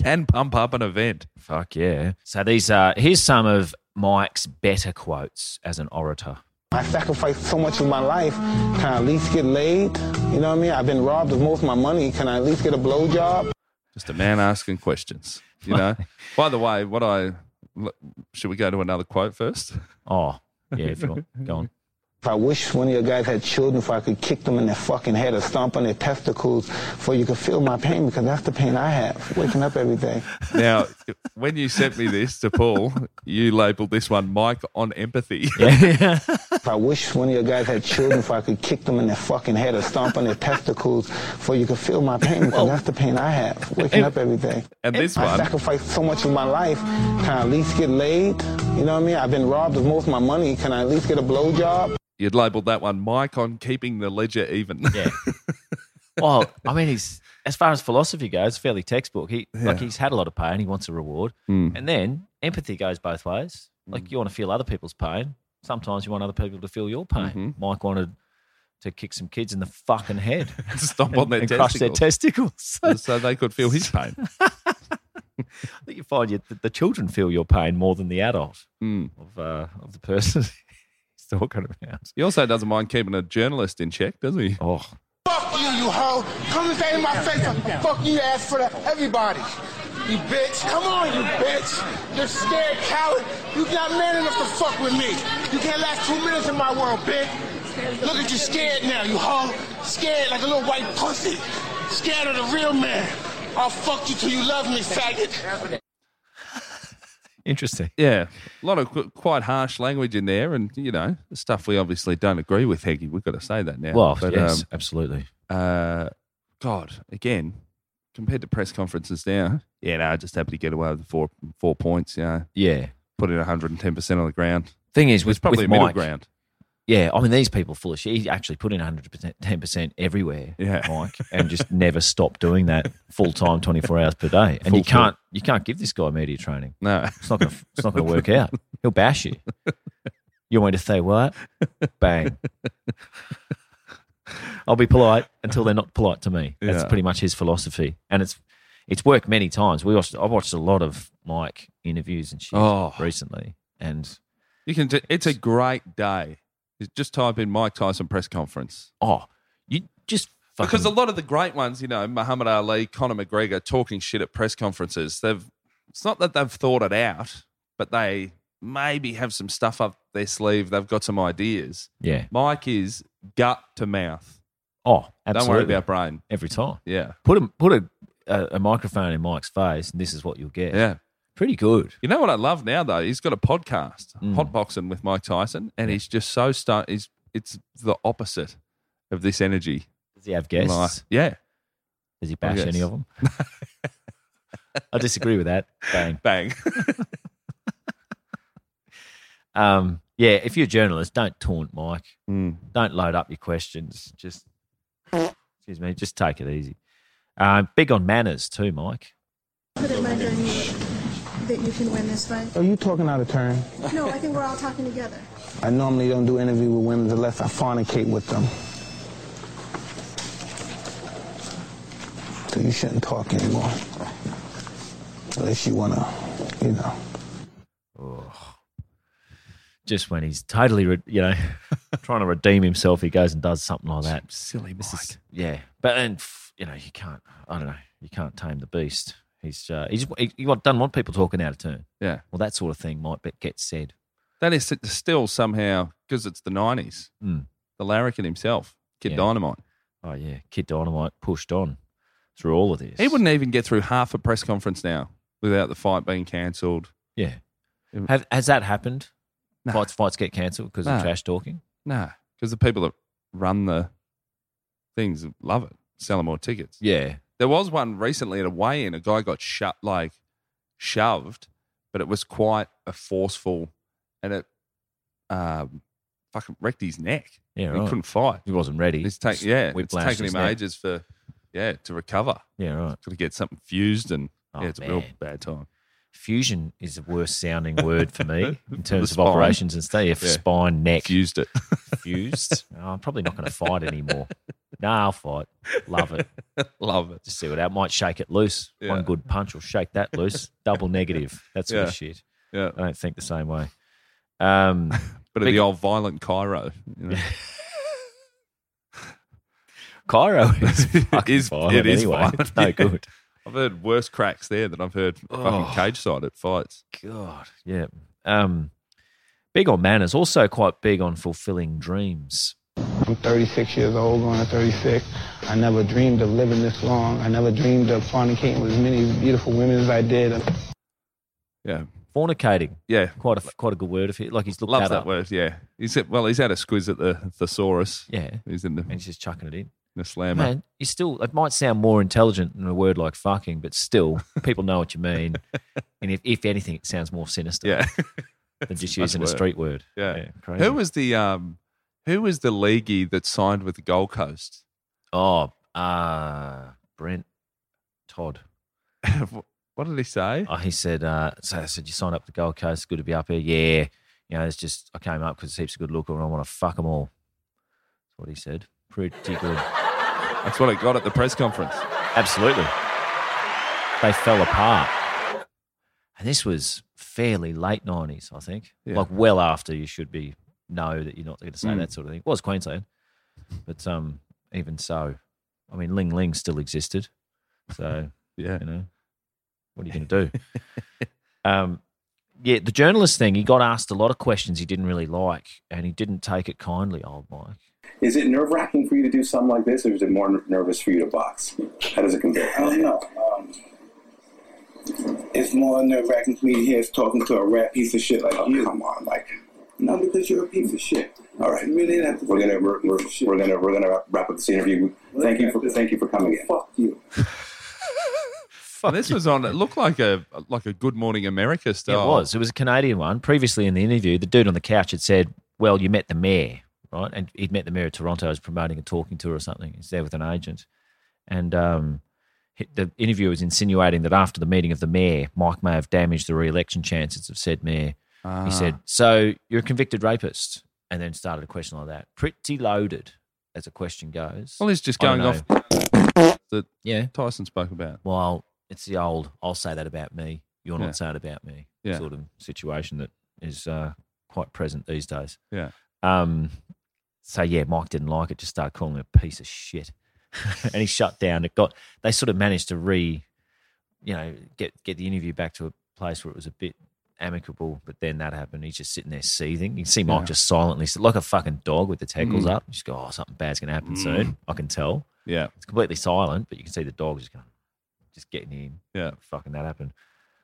Speaker 1: Can pump up an event.
Speaker 2: Fuck yeah. So these are here's some of Mike's better quotes as an orator.
Speaker 11: I sacrificed so much of my life. Can I at least get laid? You know what I mean? I've been robbed of most of my money. Can I at least get a blowjob?
Speaker 1: Just a man asking questions. You know. By the way, what I should we go to another quote first?
Speaker 2: Oh, yeah, if you want. Go
Speaker 1: [LAUGHS]
Speaker 2: on.
Speaker 11: If I wish one of your guys had children, if I could kick them in their fucking head or stomp on their testicles, for you could feel my pain because that's the pain I have waking up every day.
Speaker 1: Now, when you sent me this to Paul, you labelled this one Mike on empathy.
Speaker 2: Yeah.
Speaker 10: I wish one of your guys had children so I could kick them in their fucking head or stomp on their testicles so you could feel my pain because that's the pain I have, waking up every day.
Speaker 1: And this
Speaker 10: I
Speaker 1: one-
Speaker 10: sacrificed so much of my life. Can I at least get laid? You know what I mean? I've been robbed of most of my money. Can I at least get a blowjob?
Speaker 1: You'd labelled that one Mike on keeping the ledger even. [LAUGHS]
Speaker 2: Yeah. well, I mean, he's as far as philosophy goes, fairly textbook. He like
Speaker 1: Yeah.
Speaker 2: he's had a lot of pain. He wants a reward,
Speaker 1: Mm.
Speaker 2: and then empathy goes both ways.
Speaker 1: Hmm.
Speaker 2: Like you want to feel other people's pain. Sometimes you want other people to feel your pain.
Speaker 1: Mm-hmm.
Speaker 2: Mike wanted to kick some kids in the fucking head,
Speaker 1: Stomp
Speaker 2: and,
Speaker 1: [LAUGHS] on their
Speaker 2: and crush their testicles. [LAUGHS]
Speaker 1: so they could feel his pain.
Speaker 2: I think you find you, the, the children feel your pain more than the adult
Speaker 1: Hmm.
Speaker 2: of uh, of the person [LAUGHS] he's talking about.
Speaker 1: He also doesn't mind keeping a journalist in check, does he?
Speaker 2: Oh,
Speaker 11: Fuck you, you hoe. Come and say in my face, I fuck you, ass for that. Everybody. You bitch. Come on, you bitch. You're scared coward. You not man enough to fuck with me. You can't last two minutes in my world, bitch. Look at you scared now, you hoe. Scared like a little white pussy. Scared of the real man. I'll fuck you till you love me, faggot.
Speaker 2: interesting.
Speaker 1: Yeah, a lot of qu- quite harsh language in there, and you know stuff we obviously don't agree with. Heggy, we've got to say that now.
Speaker 2: well,
Speaker 1: But,
Speaker 2: yes, absolutely.
Speaker 1: um, uh, God, again, compared to press conferences now, yeah, no, just happy to get away with the four four points. You know,
Speaker 2: Yeah.
Speaker 1: put in one hundred and ten percent on the ground.
Speaker 2: Thing is, with
Speaker 1: It's probably
Speaker 2: with
Speaker 1: a middle
Speaker 2: Mike,
Speaker 1: ground.
Speaker 2: Yeah, I mean these people are full of shit. He actually put in 100%, 10% everywhere,
Speaker 1: Yeah.
Speaker 2: Mike, and just [LAUGHS] never stopped doing that full time, twenty four hours per day. And
Speaker 1: Full
Speaker 2: you can't you can't give this guy media training.
Speaker 1: No, [LAUGHS]
Speaker 2: It's not gonna it's not gonna work out. He'll bash you. You want me to say what? Bang. I'll be polite until they're not polite to me. That's
Speaker 1: Yeah.
Speaker 2: pretty much his philosophy, and it's it's worked many times. We watched I've watched a lot of Mike interviews and shit
Speaker 1: Oh.
Speaker 2: recently, and
Speaker 1: you can. T- it's a great day. Just type in Mike Tyson press conference.
Speaker 2: oh, you just fucking
Speaker 1: Because a lot of the great ones, you know, Muhammad Ali, Conor McGregor, talking shit at press conferences. They've it's not that they've thought it out, but they maybe have some stuff up their sleeve. They've got some ideas.
Speaker 2: yeah.
Speaker 1: Mike is gut to mouth.
Speaker 2: Oh, absolutely.
Speaker 1: Don't worry about brain.
Speaker 2: every time.
Speaker 1: Yeah,
Speaker 2: Put a put a, a, a microphone in Mike's face, and this is what you'll get.
Speaker 1: yeah.
Speaker 2: pretty good.
Speaker 1: You know what I love now though? He's got a podcast,
Speaker 2: Mm.
Speaker 1: Hot Boxing with Mike Tyson, and he's just so stunned. He's it's the opposite of this energy.
Speaker 2: Does he have guests?
Speaker 1: Like, yeah,
Speaker 2: Does he bash any
Speaker 1: Yes. [LAUGHS]
Speaker 2: of them? I disagree with that. Bang.
Speaker 1: bang. [LAUGHS]
Speaker 2: Um, yeah, if you're a journalist, don't taunt Mike.
Speaker 1: Mm.
Speaker 2: Don't load up your questions. Just excuse me. Just take it easy. Uh, big on manners too, Mike.
Speaker 12: Put it my during you that you can win this fight?
Speaker 10: Are you talking out of turn?
Speaker 12: No, I think we're all talking together.
Speaker 10: I normally don't do interview with women unless I fornicate with them. So you shouldn't talk anymore. Unless you wanna, you know.
Speaker 2: Just when he's totally, re- you know, [LAUGHS] trying to redeem himself, he goes and does something like that.
Speaker 1: Silly Mike.
Speaker 2: Yeah, but and f- you know you can't. I don't know. You can't tame the beast. He's uh, he's he, he wa- doesn't want people talking out of turn.
Speaker 1: yeah.
Speaker 2: Well, that sort of thing might be, get said.
Speaker 1: That is s- still somehow because it's the nineties.
Speaker 2: Mm.
Speaker 1: The larrikin himself, Kid
Speaker 2: Yeah.
Speaker 1: Dynamite,
Speaker 2: Oh yeah, Kid Dynamite pushed on through all of this.
Speaker 1: he wouldn't even get through half a press conference now without the fight being cancelled.
Speaker 2: Yeah.
Speaker 1: It-
Speaker 2: Have, has that happened?
Speaker 1: No.
Speaker 2: Fights fights get cancelled because
Speaker 1: No.
Speaker 2: of trash talking.
Speaker 1: No, because the people that run the things love it, selling more tickets.
Speaker 2: Yeah.
Speaker 1: There was one recently at a weigh-in. A guy got shut, like shoved, but it was quite a forceful, and it um, fucking wrecked his neck.
Speaker 2: Yeah,
Speaker 1: he
Speaker 2: right.
Speaker 1: couldn't fight.
Speaker 2: He wasn't ready.
Speaker 1: It's take, yeah, it's
Speaker 2: Whiplash
Speaker 1: taken
Speaker 2: his
Speaker 1: him
Speaker 2: neck.
Speaker 1: ages for yeah to recover.
Speaker 2: Yeah, right.
Speaker 1: Got to get something fused, and
Speaker 2: Oh,
Speaker 1: yeah, it's a real
Speaker 2: man.
Speaker 1: bad time.
Speaker 2: Fusion is the worst sounding word for
Speaker 1: [LAUGHS]
Speaker 2: me in terms of
Speaker 1: spine.
Speaker 2: operations and stuff. Yeah,
Speaker 1: Yeah.
Speaker 2: Spine, neck,
Speaker 1: Fused
Speaker 2: [LAUGHS]
Speaker 1: it. [LAUGHS]
Speaker 2: fused. Oh, I'm probably not going to fight anymore. nah, I'll fight. Love it.
Speaker 1: Love it.
Speaker 2: Just see what that might shake it loose.
Speaker 1: Yeah.
Speaker 2: One good punch will shake
Speaker 1: [LAUGHS]
Speaker 2: that loose. Double negative. That sort
Speaker 1: Yeah.
Speaker 2: of shit.
Speaker 1: Yeah,
Speaker 2: I don't think the same way.
Speaker 1: [LAUGHS]
Speaker 2: Um,
Speaker 1: but
Speaker 2: Big-
Speaker 1: the old violent Cairo. You know.
Speaker 2: Cairo is fucking
Speaker 1: is-
Speaker 2: violent
Speaker 1: it is
Speaker 2: anyway.
Speaker 1: violent,
Speaker 2: It's
Speaker 1: [LAUGHS]
Speaker 2: no
Speaker 1: yeah.
Speaker 2: good.
Speaker 1: I've heard worse cracks there than I've heard
Speaker 2: Oh.
Speaker 1: fucking cage side at fights.
Speaker 2: God, yeah. Um, big on manners. Also quite big on fulfilling dreams.
Speaker 10: I'm 36 years old, going to 36. I never dreamed of living this long. I never dreamed of fornicating with as many beautiful women as I did.
Speaker 1: Yeah,
Speaker 2: fornicating.
Speaker 1: Yeah,
Speaker 2: quite a quite a good word. If he, like he's looked
Speaker 1: Loves
Speaker 2: that,
Speaker 1: that
Speaker 2: up.
Speaker 1: word. Yeah. He's at, well, he's had a squiz at the thesaurus.
Speaker 2: Yeah.
Speaker 1: He's in the,
Speaker 2: and he's just chucking it in.
Speaker 1: the slammer.
Speaker 2: Man, you still it might sound more intelligent than a word like fucking, but
Speaker 1: [LAUGHS]
Speaker 2: still people know what you mean. and if, if anything, it sounds more
Speaker 1: [LAUGHS]
Speaker 2: sinister. [LAUGHS]
Speaker 1: Yeah.
Speaker 2: than just
Speaker 1: Much
Speaker 2: using a
Speaker 1: worse.
Speaker 2: street word.
Speaker 1: Yeah.
Speaker 2: crazy.
Speaker 1: Who was the um who was the leaguey that signed with the Gold Coast? [LAUGHS]
Speaker 2: Oh, uh Brent Todd.
Speaker 1: what did he say?
Speaker 2: Oh, he said, uh, so I said, you signed up for the Gold Coast. It's good to be up here. Yeah. You know, it's just, I came up because it's heaps of good looking and I want to fuck them all. That's what he said. Pretty good.
Speaker 1: That's what it got at the press conference.
Speaker 2: Absolutely. They fell apart. And this was fairly late 90s, I think.
Speaker 1: Yeah.
Speaker 2: Like well after you should be know that you're not going to say
Speaker 1: Mm.
Speaker 2: that sort of thing. It was Queensland. But um, even so, I mean, Ling Ling still existed. So,
Speaker 1: Yeah.
Speaker 2: you know, what are you
Speaker 1: [LAUGHS]
Speaker 2: going to do? um, yeah, the journalist thing, he got asked a lot of questions he didn't really like, and he didn't take it kindly, old Mike.
Speaker 13: Is it nerve wracking for you to do something like this, or is it more ner- nervous for you to box? How does it compare?
Speaker 14: I don't know. Um, it's more nerve wracking for me to hear us talking to a rat piece of shit like you. Oh, Come on, like no, because you're a piece of shit. All right, you really have to.
Speaker 13: We're gonna we're, we're, we're gonna we're gonna wrap- wrap up this interview. Thank you for thank you for coming in.
Speaker 14: Fuck you.
Speaker 1: And this was on it looked like a like a Good Morning America
Speaker 2: Yeah,
Speaker 1: style.
Speaker 2: It was. It was a Canadian one. Previously in the interview, the dude on the couch had said, Well, you met the mayor, right? And he'd met the mayor of Toronto, was promoting a talking tour or something. He's there with an agent. And um, he- the interviewer was insinuating that after the meeting of the mayor, Mike may have damaged the re election chances of said mayor.
Speaker 1: Ah.
Speaker 2: He said, So you're a convicted rapist? And then started a question like that. Pretty loaded as a question goes.
Speaker 1: Well, he's just
Speaker 2: I don't
Speaker 1: going off
Speaker 2: know.
Speaker 1: that
Speaker 2: Yeah.
Speaker 1: Tyson spoke about.
Speaker 2: Well, it's the old "I'll say that about me, you're
Speaker 1: Yeah.
Speaker 2: not saying about me"
Speaker 1: Yeah.
Speaker 2: sort of situation that is uh, quite present these days.
Speaker 1: Yeah.
Speaker 2: Um. So yeah, Mike didn't like it. Just started calling him a piece of shit, [LAUGHS] and he shut down. It got they sort of managed to re, you know, get get the interview back to a place where it was a bit amicable. But then that happened. He's just sitting there seething. You can see Mike
Speaker 1: Yeah.
Speaker 2: just silently, like a fucking dog with the tackles
Speaker 1: Mm.
Speaker 2: up. Just go, oh, something bad's gonna happen
Speaker 1: Mm.
Speaker 2: soon. I can tell.
Speaker 1: Yeah.
Speaker 2: It's completely silent, but you can see the dog just going, just getting in.
Speaker 1: Yeah.
Speaker 2: Fucking that happened.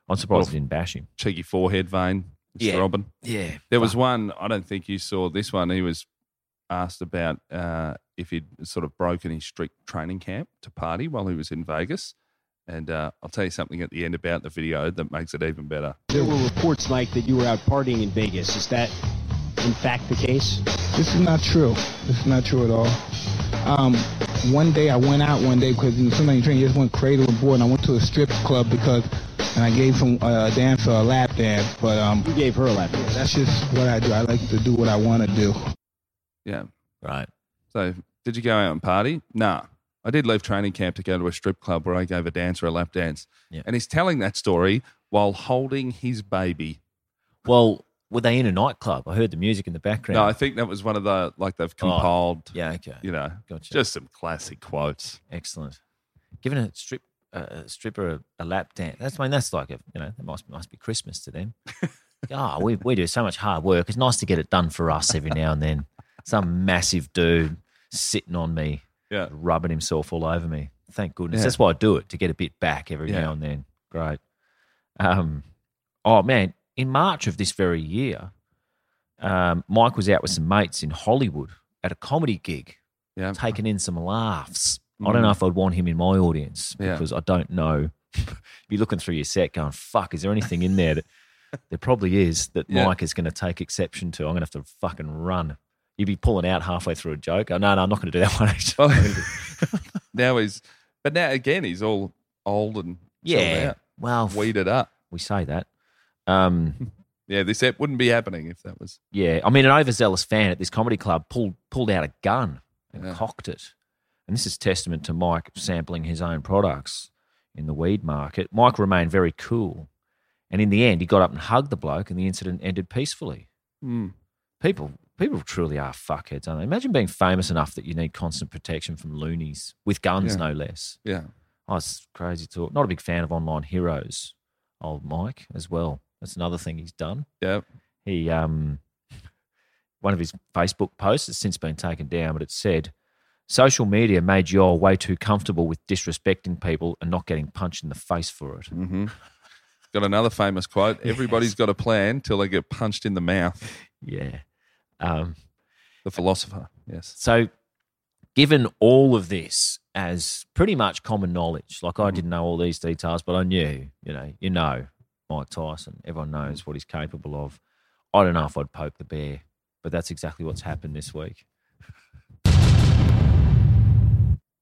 Speaker 2: I'm surprised he didn't bash him.
Speaker 1: Cheeky forehead vein. It's
Speaker 2: Yeah.
Speaker 1: throbbing.
Speaker 2: Yeah.
Speaker 1: There was one, I don't think you saw this one. He was asked about uh, if he'd sort of broken his strict training camp to party while he was in Vegas. And uh, I'll tell you something at the end about the video that makes it even better.
Speaker 15: There were reports, Mike, that you were out partying in Vegas. Is that, in fact, the case?
Speaker 10: This is not true. This is not true at all. Um, one day I went out one day because you know, sometimes you train, you just went cradle and board, and I went to a strip club because, and I gave some uh, dancer a lap dance, but um,
Speaker 15: You gave her a lap dance.
Speaker 10: that's just what I do. I like to do what I want to do.
Speaker 1: Yeah.
Speaker 2: Right.
Speaker 1: So, did you go out and party? Nah. I did leave training camp to go to a strip club where I gave a dancer a lap dance.
Speaker 2: Yeah.
Speaker 1: And he's telling that story while holding his baby.
Speaker 2: Well, were they in a nightclub? I heard the music in the background.
Speaker 1: No, I think that was one of the, like they've compiled,
Speaker 2: Oh. yeah. Okay.
Speaker 1: you know,
Speaker 2: Gotcha.
Speaker 1: just some classic quotes.
Speaker 2: Excellent. Giving a strip uh, a stripper a, a lap dance. That's I mean that's like a you know that must must be Christmas
Speaker 1: [LAUGHS]
Speaker 2: to them. Ah, we we do so much hard work. It's nice to get it done for us every now and then. Some massive dude sitting on me,
Speaker 1: Yeah.
Speaker 2: rubbing himself all over me. Thank goodness.
Speaker 1: Yeah.
Speaker 2: That's why I do it to get a bit back every
Speaker 1: Yeah.
Speaker 2: now and then. Great. Um, oh man, in March of this very year, um, Mike was out with some mates in Hollywood at a comedy gig
Speaker 1: Yeah.
Speaker 2: taking in some laughs. I
Speaker 1: Mm.
Speaker 2: don't know if I'd want him in my audience
Speaker 1: Yeah.
Speaker 2: because I don't know. [LAUGHS] Be looking through your set, going, "Fuck, is there anything
Speaker 1: [LAUGHS]
Speaker 2: in there that there probably is that
Speaker 1: Yeah.
Speaker 2: Mike is going to take exception to? I'm going to have to fucking run." You'd be pulling out halfway through a joke. Oh no, no, I'm not going to do that [LAUGHS] one. Actually, I'm gonna do-
Speaker 1: now he's, but now again, he's all old and chilled
Speaker 2: yeah.
Speaker 1: out,
Speaker 2: Well, f-
Speaker 1: weeded up.
Speaker 2: we say that.
Speaker 1: [LAUGHS]
Speaker 2: Um,
Speaker 1: Yeah, this app wouldn't be happening if that was.
Speaker 2: yeah, I mean, an overzealous fan at this comedy club pulled pulled out a gun and
Speaker 1: Yeah.
Speaker 2: cocked it. And this is testament to Mike sampling his own products in the weed market. Mike remained very cool. And in the end, he got up and hugged the bloke, and the incident ended peacefully.
Speaker 1: Mm.
Speaker 2: People, people truly are fuckheads, aren't they? Imagine being famous enough that you need constant protection from loonies with guns,
Speaker 1: Yeah.
Speaker 2: no less.
Speaker 1: Yeah.
Speaker 2: Oh, it's crazy talk. Not a big fan of online heroes, old Mike, as well. That's another thing he's done.
Speaker 1: Yeah.
Speaker 2: He, um, [LAUGHS] one of his Facebook posts has since been taken down, but it said, social media made you all way too comfortable with disrespecting people and not getting punched in the face for it.
Speaker 1: Mm-hmm. Got another famous quote. Everybody's got a plan till they get punched in the mouth.
Speaker 2: Yeah. Um,
Speaker 1: the philosopher. Yes.
Speaker 2: So, given all of this as pretty much common knowledge, like I didn't know all these details, but I knew, you know, you know, Mike Tyson. Everyone knows what he's capable of. I don't know if I'd poke the bear, but that's exactly what's happened this week.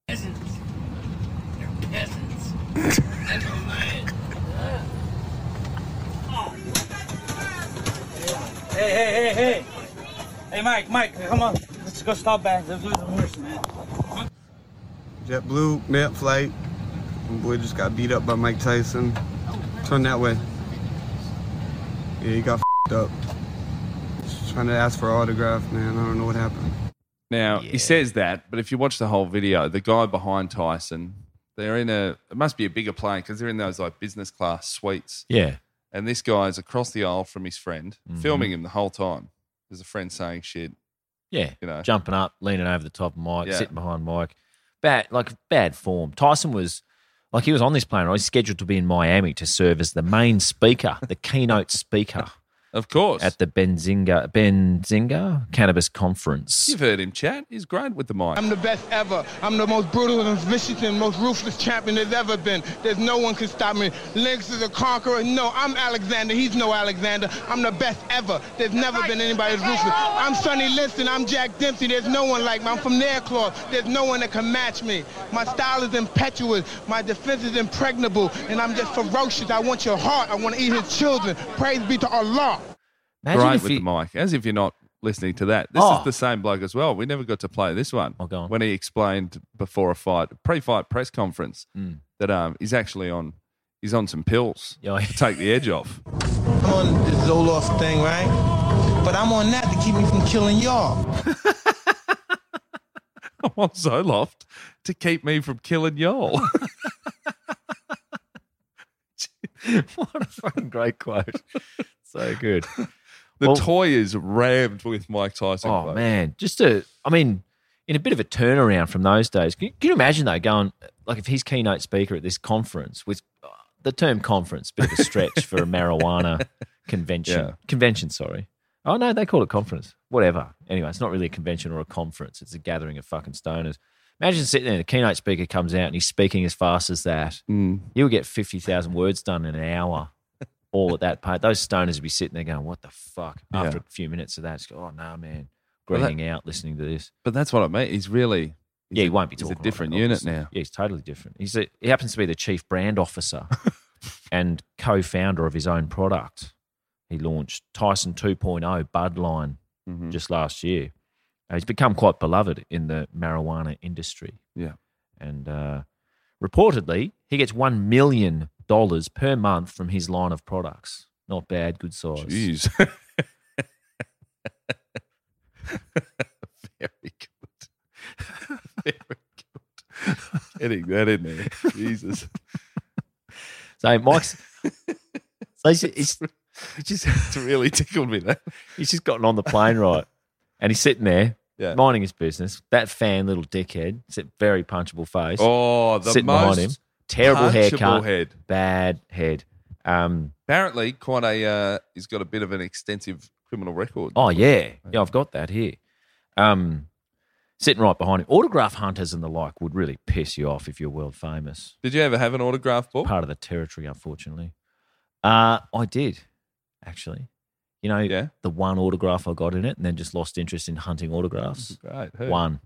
Speaker 16: Peasants. They're peasants. That's all right.
Speaker 17: Hey, hey, hey, hey. Hey, Mike, Mike, come on. Let's go stop back. Let's lose the horse, man.
Speaker 18: JetBlue, mid flight. My boy just got beat up by Mike Tyson. Turn that way. Yeah, he got fed up. Just trying to ask for an autograph, man. I don't know what happened.
Speaker 1: Now he says that, but if you watch the whole video, the guy behind Tyson, they're in a. It must be a bigger plane because they're in those like business class suites.
Speaker 2: Yeah.
Speaker 1: And this guy's across the aisle from his friend,
Speaker 2: Mhm.
Speaker 1: filming him the whole time. There's a friend saying shit.
Speaker 2: Yeah.
Speaker 1: You know.
Speaker 2: Jumping up, leaning over the top of Mike,
Speaker 1: Yeah.
Speaker 2: sitting behind Mike. Bad, like bad form. Tyson was like he was on this plane. right? He's scheduled to be in Miami to serve as the main speaker, the keynote speaker
Speaker 1: Of course.
Speaker 2: at the Benzinga Benzinga Cannabis Conference.
Speaker 1: You've heard him chat. He's great with the mic.
Speaker 11: I'm the best ever. I'm the most brutal and vicious and most ruthless champion there's ever been. There's no one can stop me. Lynx is a conqueror. No, I'm Alexander. He's no Alexander. I'm the best ever. There's never been anybody as ruthless. I'm Sonny Liston. I'm Jack Dempsey. There's no one like me. I'm from their claw. There's no one that can match me. My style is impetuous. My defense is impregnable. And I'm just ferocious. I want your heart. I want to eat his children. Praise be to Allah.
Speaker 2: Imagine
Speaker 1: great
Speaker 2: if
Speaker 1: with
Speaker 2: you-
Speaker 1: the mic, as if you're not listening to that. This
Speaker 2: Oh.
Speaker 1: is the same bloke as well. We never got to play this one.
Speaker 2: go on.
Speaker 1: When he explained before a fight, pre-fight press conference,
Speaker 2: Mm.
Speaker 1: that um he's actually on, he's on some pills
Speaker 2: [LAUGHS] Yeah.
Speaker 1: to take the edge off. [LAUGHS]
Speaker 10: I'm on this Zoloft thing, right? But I'm on that to keep me from killing y'all.
Speaker 1: I'm on Zoloft to keep me from killing y'all. [LAUGHS]
Speaker 2: [LAUGHS] what a fucking great quote. so
Speaker 1: [LAUGHS]
Speaker 2: good.
Speaker 1: The
Speaker 2: Well-
Speaker 1: toy is rammed with Mike Tyson.
Speaker 2: Oh
Speaker 1: quotes.
Speaker 2: man, just a, I mean, in a bit of a turnaround from those days. Can you, can you imagine though going like if he's keynote speaker at this conference with uh, the term conference, bit of a stretch for
Speaker 1: [LAUGHS]
Speaker 2: a marijuana convention.
Speaker 1: Yeah.
Speaker 2: Convention, sorry. Oh no, they call it conference. Whatever. Anyway, it's not really a convention or a conference. It's a gathering of fucking stoners. Imagine sitting there, the keynote speaker comes out and he's speaking as fast as that.
Speaker 1: Mm.
Speaker 2: You would get fifty thousand words done in an hour. All at that part. Those stoners would be sitting there going, What the fuck? After
Speaker 1: Yeah.
Speaker 2: a few minutes of that, it's go, oh no, man
Speaker 1: Well, that-
Speaker 2: greening out listening to this.
Speaker 1: But that's what I mean. He's really. he's
Speaker 2: yeah,
Speaker 1: a-
Speaker 2: he won't be
Speaker 1: he's
Speaker 2: talking.
Speaker 1: a different
Speaker 2: like that,
Speaker 1: unit
Speaker 2: obviously.
Speaker 1: now.
Speaker 2: Yeah, he's totally different. He's a, he happens to be the chief
Speaker 1: [LAUGHS]
Speaker 2: brand officer and co-founder of his own product. He launched Tyson 2.0 Budline
Speaker 1: Mhm.
Speaker 2: just last year. Uh, He's become quite beloved in the marijuana industry,
Speaker 1: Yeah.
Speaker 2: and uh, reportedly he gets one million dollars per month from his line of products. Not bad, good size.
Speaker 1: Jeez. [LAUGHS] Very good. [LAUGHS] Very good. Getting that in there. Jesus. [LAUGHS]
Speaker 2: So Mike's, so he's, he's,
Speaker 1: It just it's really tickled me that.
Speaker 2: he's just gotten on the
Speaker 1: [LAUGHS]
Speaker 2: plane, right? And he's sitting there,
Speaker 1: Yeah.
Speaker 2: minding his business. That fan, little dickhead, it's a very punchable face.
Speaker 1: Oh, the
Speaker 2: sitting
Speaker 1: most
Speaker 2: behind him, terrible
Speaker 1: punchable
Speaker 2: haircut,
Speaker 1: head.
Speaker 2: bad head. Um,
Speaker 1: Apparently, quite a uh, he's got a bit of an extensive criminal record.
Speaker 2: oh yeah, yeah, I've got that here. Um, sitting right behind him. Autograph hunters and the like would really piss you off if you're world famous.
Speaker 1: Did you ever have an autograph book?
Speaker 2: Part of the territory, unfortunately. Uh, I did actually. You know,
Speaker 1: Yeah.
Speaker 2: the one autograph I got in it, and then just lost interest in hunting autographs.
Speaker 1: Great. Mm-hmm. Who?
Speaker 2: One.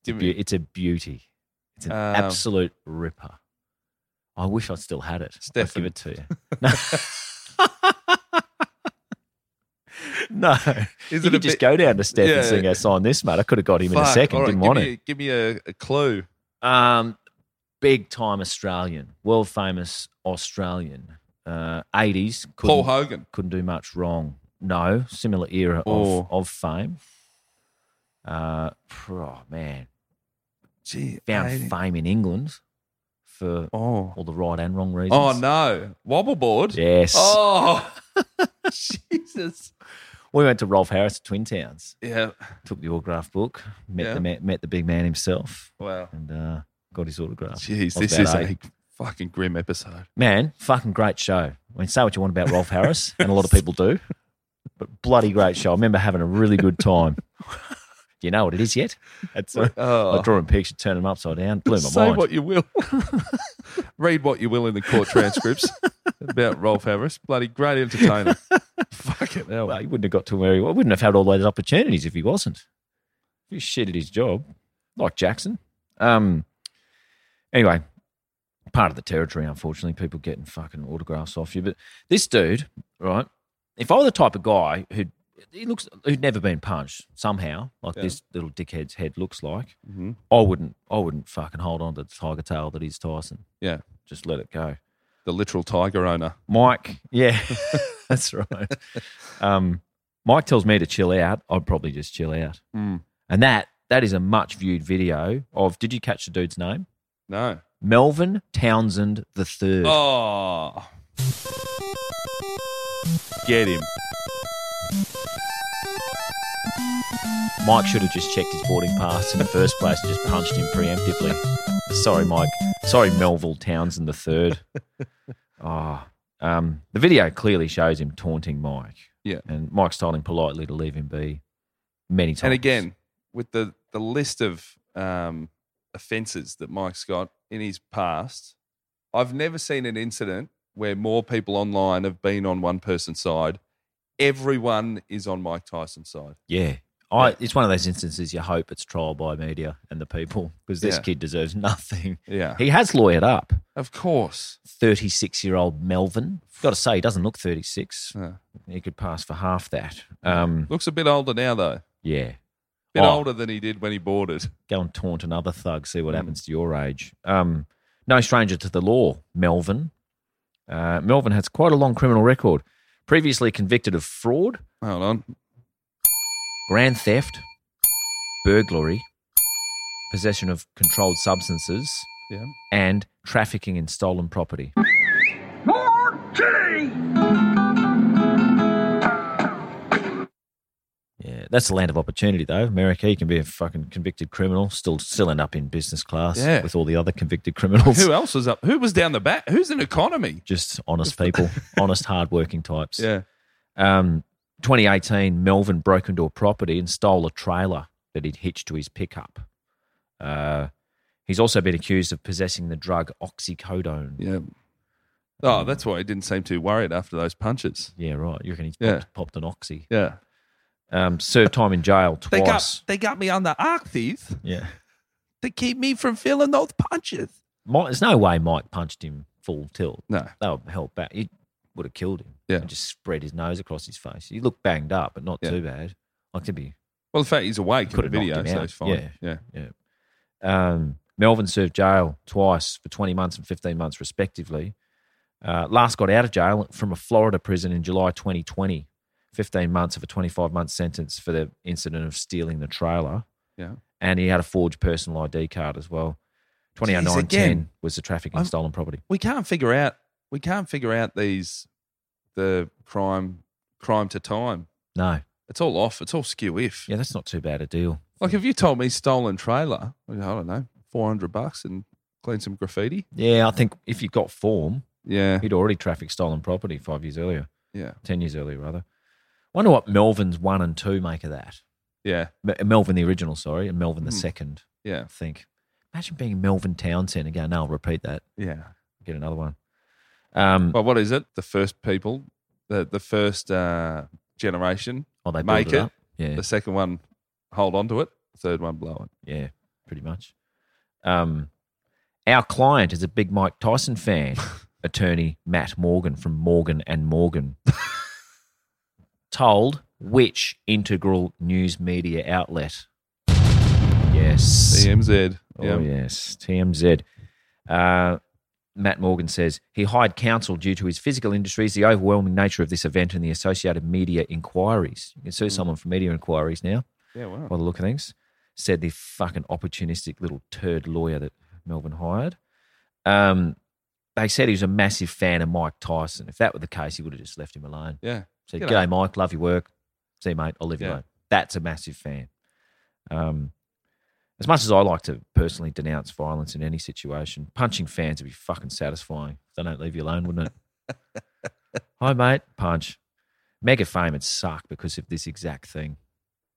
Speaker 2: It's a,
Speaker 1: Give
Speaker 2: beau-
Speaker 1: me-
Speaker 2: it's a beauty. It's an
Speaker 1: Um,
Speaker 2: absolute ripper. I wish I still had it. I'd
Speaker 1: Stefan.
Speaker 2: give it to you. No.
Speaker 1: [LAUGHS]
Speaker 2: no. [LAUGHS]
Speaker 1: Is it
Speaker 2: you
Speaker 1: a
Speaker 2: could
Speaker 1: bit-
Speaker 2: just go down to Steph
Speaker 1: Yeah.
Speaker 2: and sing, "I sign this, mate. I could have got him in a
Speaker 1: Fuck,
Speaker 2: second.
Speaker 1: all right,
Speaker 2: Didn't want
Speaker 1: give me, Give me a, a clue.
Speaker 2: it. Um, big time Australian, world famous Australian. Uh, 80s. Couldn't,
Speaker 1: Paul Hogan.
Speaker 2: couldn't do much wrong. No, similar era
Speaker 1: Oh.
Speaker 2: of, of fame. Uh, oh, man.
Speaker 1: Gee,
Speaker 2: found
Speaker 1: eighty-
Speaker 2: fame in England for
Speaker 1: Oh.
Speaker 2: all the right and wrong reasons.
Speaker 1: Oh no, wobble board.
Speaker 2: Yes. [LAUGHS]
Speaker 1: [LAUGHS] Oh, Jesus.
Speaker 2: We went to Rolf Harris at Twin Towns,
Speaker 1: Yeah.
Speaker 2: took the autograph book, met
Speaker 1: Yeah.
Speaker 2: the man, met the big man himself,
Speaker 1: Wow.
Speaker 2: and uh, got his autograph.
Speaker 1: Jeez,
Speaker 2: I was
Speaker 1: this
Speaker 2: about
Speaker 1: is
Speaker 2: eight.
Speaker 1: a Fucking grim episode.
Speaker 2: Man, fucking great show. I mean, say what you want about Rolf Harris, and a lot of people do, but bloody great show. I remember having a really
Speaker 1: [LAUGHS]
Speaker 2: good time. Do you know what it is yet? That's a,
Speaker 1: Oh.
Speaker 2: [LAUGHS] I draw a picture, turn them upside down, blew my
Speaker 1: Say
Speaker 2: mind.
Speaker 1: what you will. [LAUGHS] Read what you will in the court
Speaker 2: [LAUGHS]
Speaker 1: transcripts about Rolf Harris. Bloody great entertainer. Fucking hell.
Speaker 2: well, he wouldn't have got to where he was. Wouldn't have had all those opportunities if he wasn't. He shit at his job, like Jackson. Um. Anyway, part of the territory, unfortunately, people getting fucking autographs off you. But this dude, right? If I were the type of guy who he looks who'd never been punched somehow, like
Speaker 1: Yeah.
Speaker 2: this little dickhead's head looks like,
Speaker 1: Mhm.
Speaker 2: I wouldn't. I wouldn't fucking hold on to the tiger tail that is Tyson.
Speaker 1: Yeah.
Speaker 2: Just let it go.
Speaker 1: The literal tiger owner.
Speaker 2: Mike,
Speaker 1: [LAUGHS]
Speaker 2: yeah, that's right. Um, Mike tells me to chill out. I'd probably just chill out.
Speaker 1: Mm.
Speaker 2: And that that is a much viewed video of. Did you catch the dude's name?
Speaker 1: No.
Speaker 2: Melvin Townsend the third.
Speaker 1: Oh. Get him.
Speaker 2: Mike should have just checked his boarding pass in the first place and just punched him preemptively. Sorry, Mike. Sorry, Melville Townsend
Speaker 1: [LAUGHS]
Speaker 2: the third. Ah, um, the video clearly shows him taunting Mike.
Speaker 1: Yeah.
Speaker 2: and Mike's telling him politely to leave him be many times.
Speaker 1: And again, with the, the list of um, offences that Mike's got in his past, I've never seen an incident where more people online have been on one person's side. Everyone is on Mike Tyson's side.
Speaker 2: Yeah. I, it's one of those instances you hope it's trial by media and the people because this
Speaker 1: Yeah.
Speaker 2: kid deserves [LAUGHS] nothing.
Speaker 1: Yeah.
Speaker 2: He has lawyered up.
Speaker 1: Of course.
Speaker 2: 36 year old Melvin. Got to say, he doesn't look 36.
Speaker 1: No.
Speaker 2: He could pass for half that. Um,
Speaker 1: Looks a bit older now, though.
Speaker 2: yeah.
Speaker 1: Bit
Speaker 2: Oh.
Speaker 1: older Hmm. than he did when he boarded.
Speaker 2: Go and taunt another thug, see what happens to your age. Um, no stranger to the law, Melvin. Uh, Melvin has quite a long criminal record. Previously convicted of fraud,
Speaker 1: Hold on.
Speaker 2: grand theft, burglary, possession of controlled substances,
Speaker 1: Yeah.
Speaker 2: and trafficking in stolen property. Yeah, that's the land of opportunity, though. America, you can be a fucking convicted criminal, still still end up in business class
Speaker 1: Yeah.
Speaker 2: with all the other convicted criminals.
Speaker 1: Who else was up? Who was down the back? Who's an economy?
Speaker 2: Just honest people, honest, hardworking types.
Speaker 1: Yeah.
Speaker 2: Um, 2018, Melvin broke into a property and stole a trailer that he'd hitched to his pickup. Uh, he's also been accused of possessing the drug oxycodone.
Speaker 1: Yeah. Oh, that's why he didn't seem too worried after those punches.
Speaker 2: Yeah, right. You reckon he's
Speaker 1: Yeah.
Speaker 2: popped, popped an oxy?
Speaker 1: Yeah.
Speaker 2: Um, served time in jail twice.
Speaker 1: They got they got me on the arc thief
Speaker 2: yeah.
Speaker 1: to keep me from feeling those punches.
Speaker 2: Mike, there's no way Mike punched him full tilt.
Speaker 1: No.
Speaker 2: They were held back. He would have killed him.
Speaker 1: Yeah.
Speaker 2: And just spread his nose across his face. He looked banged up, but not
Speaker 1: Yeah.
Speaker 2: too bad. Like to be.
Speaker 1: Well, in fact, he's awake in
Speaker 2: Could
Speaker 1: the
Speaker 2: have knocked
Speaker 1: video,
Speaker 2: him
Speaker 1: so
Speaker 2: out.
Speaker 1: he's fine. Yeah.
Speaker 2: Yeah. Yeah. Um, Melvin served jail twice for 20 months and 15 months, respectively. Uh, last got out of jail from a Florida prison in July 2020. 15 months of a 25 month sentence for the incident of stealing the trailer.
Speaker 1: Yeah.
Speaker 2: And he had a forged personal ID card as well. 2009
Speaker 1: again.
Speaker 2: 10 was the trafficking
Speaker 1: I'm-
Speaker 2: in stolen property.
Speaker 1: We can't figure out we can't figure out these the crime crime to time.
Speaker 2: No.
Speaker 1: It's all off. It's all skew if.
Speaker 2: Yeah, that's not too bad a deal.
Speaker 1: Like if you told me stolen trailer, I don't know, four hundred bucks and clean some graffiti.
Speaker 2: Yeah, I think if you've got form,
Speaker 1: Yeah.
Speaker 2: he'd already trafficked stolen property five years earlier,
Speaker 1: Yeah.
Speaker 2: 10 years earlier, rather. Wonder what Melvin's one and two make of that.
Speaker 1: Yeah.
Speaker 2: Me- Melvin the original, sorry, and Melvin the
Speaker 1: Hmm.
Speaker 2: second,
Speaker 1: Yeah.
Speaker 2: I think. Imagine being Melvin Townsend again. No, I'll repeat that.
Speaker 1: Yeah.
Speaker 2: Get another one. Um,
Speaker 1: Well, what is it? The first people, the the first uh, generation,
Speaker 2: oh, they
Speaker 1: make
Speaker 2: make it.
Speaker 1: it.
Speaker 2: up. Yeah,
Speaker 1: the second one, hold on to it. The third one, blow it.
Speaker 2: [LAUGHS] yeah, pretty much. Um, our client is a big Mike
Speaker 1: [LAUGHS]
Speaker 2: Tyson fan, attorney Matt Morgan from Morgan
Speaker 1: [LAUGHS]
Speaker 2: and Morgan. Told which integral news media outlet? Yes.
Speaker 1: TMZ.
Speaker 2: Oh, yes. TMZ. Uh, Matt Morgan says he hired counsel due to his physical injuries, the overwhelming nature of this event, and the associated media inquiries. You can sue someone for media inquiries now,
Speaker 1: Yeah, wow.
Speaker 2: by the look of things, said the fucking opportunistic little turd lawyer that Melbourne hired. Um, they said he was a massive fan of Mike Tyson. If that were the case, he would have just left him alone.
Speaker 1: yeah.
Speaker 2: Said,
Speaker 1: G'day.
Speaker 2: G'day, Mike. Love your work. See you, mate. I'll leave you
Speaker 1: Yeah.
Speaker 2: alone. That's a massive fan. Um, as much as I like to personally personally denounce violence in any situation. Punching fans would be fucking satisfying. If they don't leave you alone, wouldn't it? Hi, mate. Punch. Mega fame would suck because of this exact thing.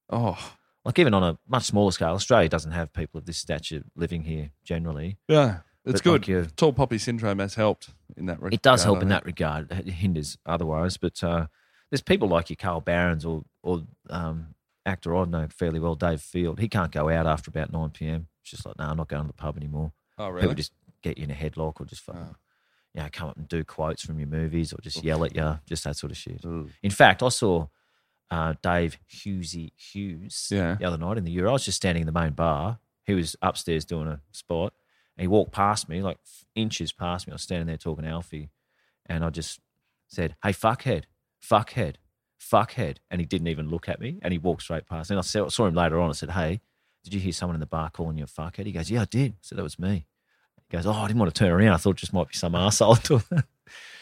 Speaker 1: Oh,
Speaker 2: Like, even on a much smaller scale, Australia doesn't have people of this stature living here generally.
Speaker 1: yeah. It's
Speaker 2: But
Speaker 1: good.
Speaker 2: like your-
Speaker 1: Tall poppy syndrome has helped in that regard.
Speaker 2: It does help
Speaker 1: I
Speaker 2: in
Speaker 1: think.
Speaker 2: that regard. It hinders otherwise, but uh, there's people like your Carl Barons or or um, actor I know fairly well, Dave Field. He can't go out after about nine p.m. It's just like, no, I'm not going to the pub anymore.
Speaker 1: Oh,
Speaker 2: People
Speaker 1: really? Oh.
Speaker 2: just get you in a headlock or just fucking, you know, come up and do quotes from your movies or just yell at you, just that sort of shit. In fact, I saw uh, Dave Hughesy Hughes
Speaker 1: Yeah.
Speaker 2: the other night in the Euro. I was just standing in the main bar. He was upstairs doing a spot. And he walked past me, like f- inches past me. I was standing there talking to Alfie. And I just said, hey, fuckhead, fuckhead, fuckhead. And he didn't even look at me. And he walked straight past me. And I saw, saw him later on. I said, hey, did you hear someone in the bar calling you a fuckhead? He goes, yeah, I did. I said, that was me. He goes, oh, I didn't want to turn around. I thought it just might be some [LAUGHS] arsehole. doing that."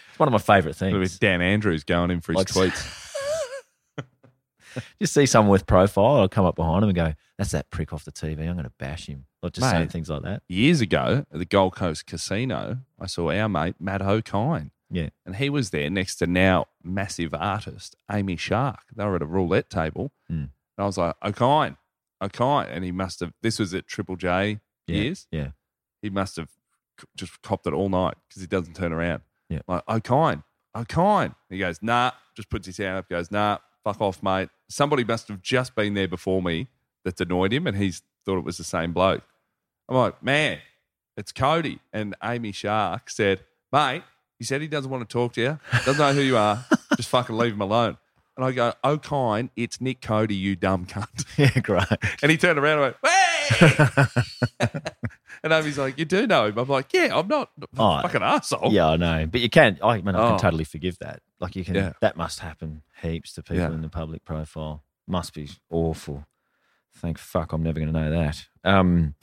Speaker 2: it's one of my favourite things.
Speaker 1: With Dan Andrews going in for his
Speaker 2: Like-
Speaker 1: tweets.
Speaker 2: [LAUGHS] just see someone with profile, I'll come up behind him and go, "That's that prick off the TV. I'm going to bash him." Like just saying
Speaker 1: Mate.
Speaker 2: things like that.
Speaker 1: Years ago at the Gold Coast Casino, I saw our mate Matt O'Kine.
Speaker 2: Yeah.
Speaker 1: And he was there next to now massive artist Amy Shark. They were at a roulette table.
Speaker 2: Mm.
Speaker 1: And I was like, O'Kine, O'Kine. And he must have, this was at Triple J
Speaker 2: Yeah,
Speaker 1: years.
Speaker 2: yeah. [LAUGHS]
Speaker 1: He must have c- just copped it all night because he doesn't turn around.
Speaker 2: Yeah.
Speaker 1: Like, "Oh, O'Kine, O'Kine. He goes, nah, just puts his hand up, goes, nah, fuck off, mate. Somebody must have just been there before me that's annoyed him and he's thought it was the same bloke. I'm like, man, it's Cody. And Amy Shark said, mate, he said he doesn't want to talk to you, doesn't know who you are, just fucking leave him alone. And I go, oh, kind, it's Nick Cody, you dumb cunt.
Speaker 2: Yeah, great.
Speaker 1: And he turned around and went, hey! [LAUGHS] and Amy's like, you do know him. I'm like, yeah, I'm not a
Speaker 2: Oh,
Speaker 1: fucking asshole.
Speaker 2: Yeah, I know, but you can. I mean, I
Speaker 1: Oh.
Speaker 2: can totally forgive that. Like you can.
Speaker 1: Yeah.
Speaker 2: That must happen heaps to people
Speaker 1: Yeah.
Speaker 2: in the public profile. Must be awful. Thank fuck, I'm never going to know that.
Speaker 1: [LAUGHS]
Speaker 2: Um,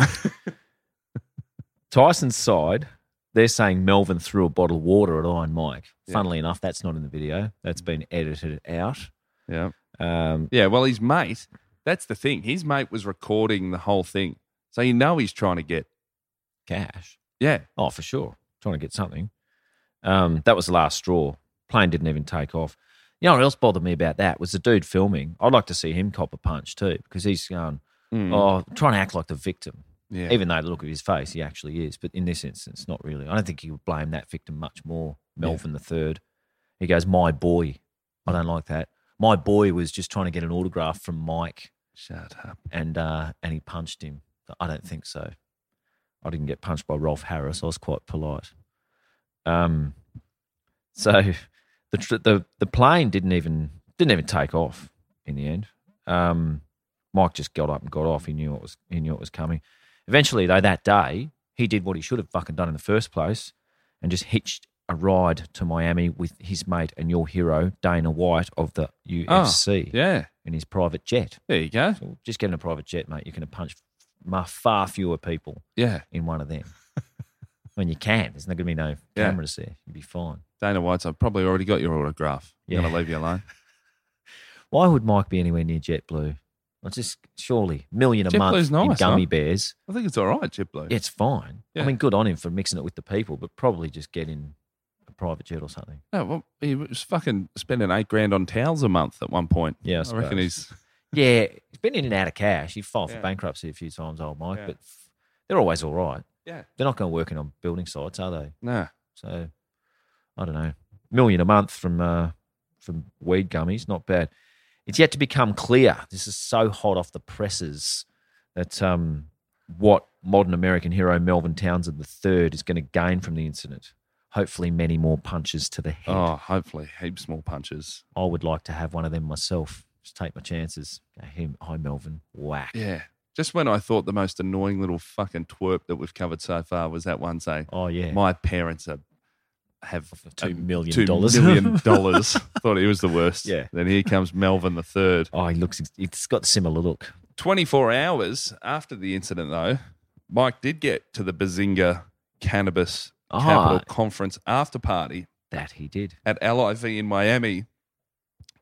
Speaker 2: Tyson's side, they're saying Melvin threw a bottle of water at Iron Mike.
Speaker 1: Yeah. Mm.
Speaker 2: Funnily enough, that's not in the video. That's been edited out.
Speaker 1: Yeah.
Speaker 2: Um,
Speaker 1: Yeah. Well, his mate, that's the thing. His mate was recording the whole thing. So you know he's trying to get,
Speaker 2: cash.
Speaker 1: yeah.
Speaker 2: Oh, for sure. Trying to get something. Um, that was the last straw. Plane didn't even take off. You know what else bothered me about that was the dude filming. I'd like to see him cop a punch too, because he's going,
Speaker 1: Mm.
Speaker 2: oh, trying to act like the victim.
Speaker 1: Yeah.
Speaker 2: Even though the look of his face, he actually is. But in this instance, not really. I don't think he would blame that victim much more. Melvin the third. He goes, my boy. I don't like that. My boy was just trying to get an autograph from Mike
Speaker 1: Shut up.
Speaker 2: and uh, and he punched him. But I don't think so. I didn't get punched by Rolf Harris. I was quite polite. Um, so the tr- the the plane didn't even didn't even take off in the end. Um, Mike just got up and got off. He knew what was he knew what was coming. Eventually, though, that day he did what he should have fucking done in the first place, and just hitched a ride to Miami with his mate and your hero Dana White of the UFC
Speaker 1: Oh, Yeah.
Speaker 2: in his private jet.
Speaker 1: There you go.
Speaker 2: So just get in a private jet, mate. You're going to punch ma- far fewer people
Speaker 1: Yeah.
Speaker 2: in one
Speaker 1: [LAUGHS]
Speaker 2: of them. when you can, there's not going to be no
Speaker 1: Yeah.
Speaker 2: cameras there. You'll be fine.
Speaker 1: Dana White's, I've probably already got your autograph. I'm going
Speaker 2: Yeah.
Speaker 1: to leave you alone.
Speaker 2: Why would Mike be anywhere near JetBlue? I just surely million a
Speaker 1: JetBlue's
Speaker 2: month in
Speaker 1: nice,
Speaker 2: gummy
Speaker 1: huh?
Speaker 2: bears.
Speaker 1: I think it's all right, Chip Blue.
Speaker 2: Yeah, it's fine.
Speaker 1: Yeah.
Speaker 2: I mean, good on him for mixing it with the people, but probably just get in a private jet or something.
Speaker 1: No, Oh, well, he was fucking spending eight grand on towels a month at one point.
Speaker 2: Yeah, I
Speaker 1: I, reckon
Speaker 2: suppose.
Speaker 1: he's.
Speaker 2: Yeah, he's been in and out of cash. He filed
Speaker 1: Yeah.
Speaker 2: for bankruptcy a few times, old Mike,
Speaker 1: Yeah.
Speaker 2: but f- they're always all right.
Speaker 1: Yeah.
Speaker 2: They're not going to work in on building sites, are they?
Speaker 1: No.
Speaker 2: So I don't know, million a month from uh, from weed gummies, not bad. It's yet to become clear. This is so hot off the presses that um, what modern American hero Melvin Townsend III is going to gain from the incident. Hopefully, many more punches to the head.
Speaker 1: Oh, hopefully, heaps more punches.
Speaker 2: I would like to have one of them myself. Just take my chances. Go, Him, hi Melvin, whack.
Speaker 1: Yeah. Just when I thought the most annoying little fucking twerp that we've covered so far was that one saying,
Speaker 2: Oh yeah,
Speaker 1: My parents are, have
Speaker 2: two
Speaker 1: a
Speaker 2: million
Speaker 1: Uh, two
Speaker 2: dollars. [LAUGHS]
Speaker 1: million dollars. thought he was the worst.
Speaker 2: Yeah.
Speaker 1: Then here comes Melvin the third.
Speaker 2: oh, he looks. It's got a similar look.
Speaker 1: 24 hours after the incident, though, Mike did get to the Bazinga Cannabis
Speaker 2: Ah.
Speaker 1: Capital Conference after party
Speaker 2: That he did.
Speaker 1: at LIV in Miami,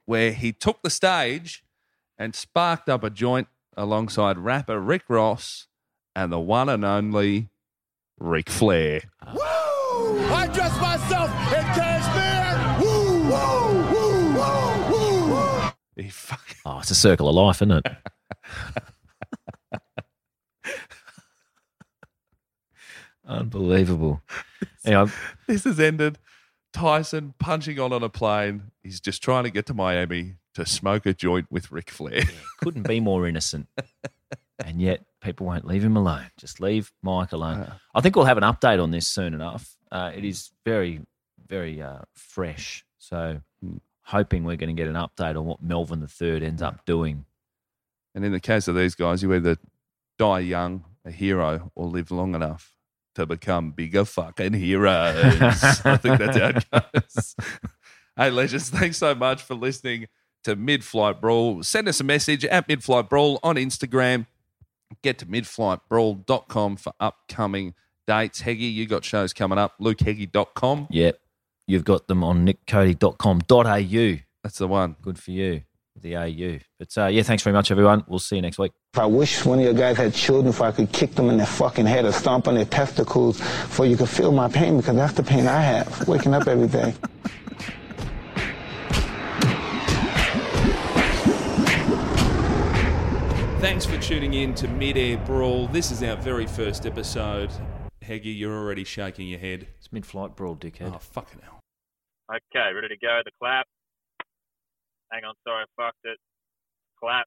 Speaker 1: where he took the stage and sparked up a joint alongside rapper Rick Ross, and the one and only Ric Flair.
Speaker 7: I dress myself in cashmere. Woo, woo, woo, woo, woo, woo.
Speaker 1: He fucking [LAUGHS]
Speaker 2: Oh, it's a circle of life, isn't it? [LAUGHS] [LAUGHS] Unbelievable. Anyway,
Speaker 1: this has ended. Tyson punching on on a plane. He's just trying to get to Miami to smoke a joint with Ric Flair.
Speaker 2: couldn't be more innocent. And yet people won't leave him alone. Just leave Mike alone.
Speaker 1: Yeah.
Speaker 2: I think we'll have an update on this soon enough. Uh, it is very, very uh, fresh. So hoping we're going to get an update on what Melvin III ends up doing.
Speaker 1: And in the case of these guys, you either die young, a hero, or live long enough to become bigger fucking heroes. [LAUGHS] I think that's how it goes. [LAUGHS] hey, legends, thanks so much for listening to Mid Flight Brawl. Send us a message at Mid Flight Brawl on Instagram. Get to midflightbrawl.com for upcoming dates. Heggy, you got shows coming up. LukeHeggy.com.
Speaker 2: Yep. You've got them on nickcody.com.au.
Speaker 1: That's the one.
Speaker 2: Good for you, the AU. But uh, yeah, thanks very much, everyone. We'll see you next week.
Speaker 19: If I wish one of your guys had children, if I could kick them in their fucking head or stomp on their testicles, for you could feel my pain because that's the pain I have waking up every day.
Speaker 1: Thanks for tuning in to Mid Air Brawl. This is our very first episode. Heggy, you're already shaking your head.
Speaker 2: It's mid flight brawl, dickhead.
Speaker 1: Oh, fucking hell.
Speaker 20: Okay, ready to go. The clap. Hang on, sorry, I fucked it. Clap.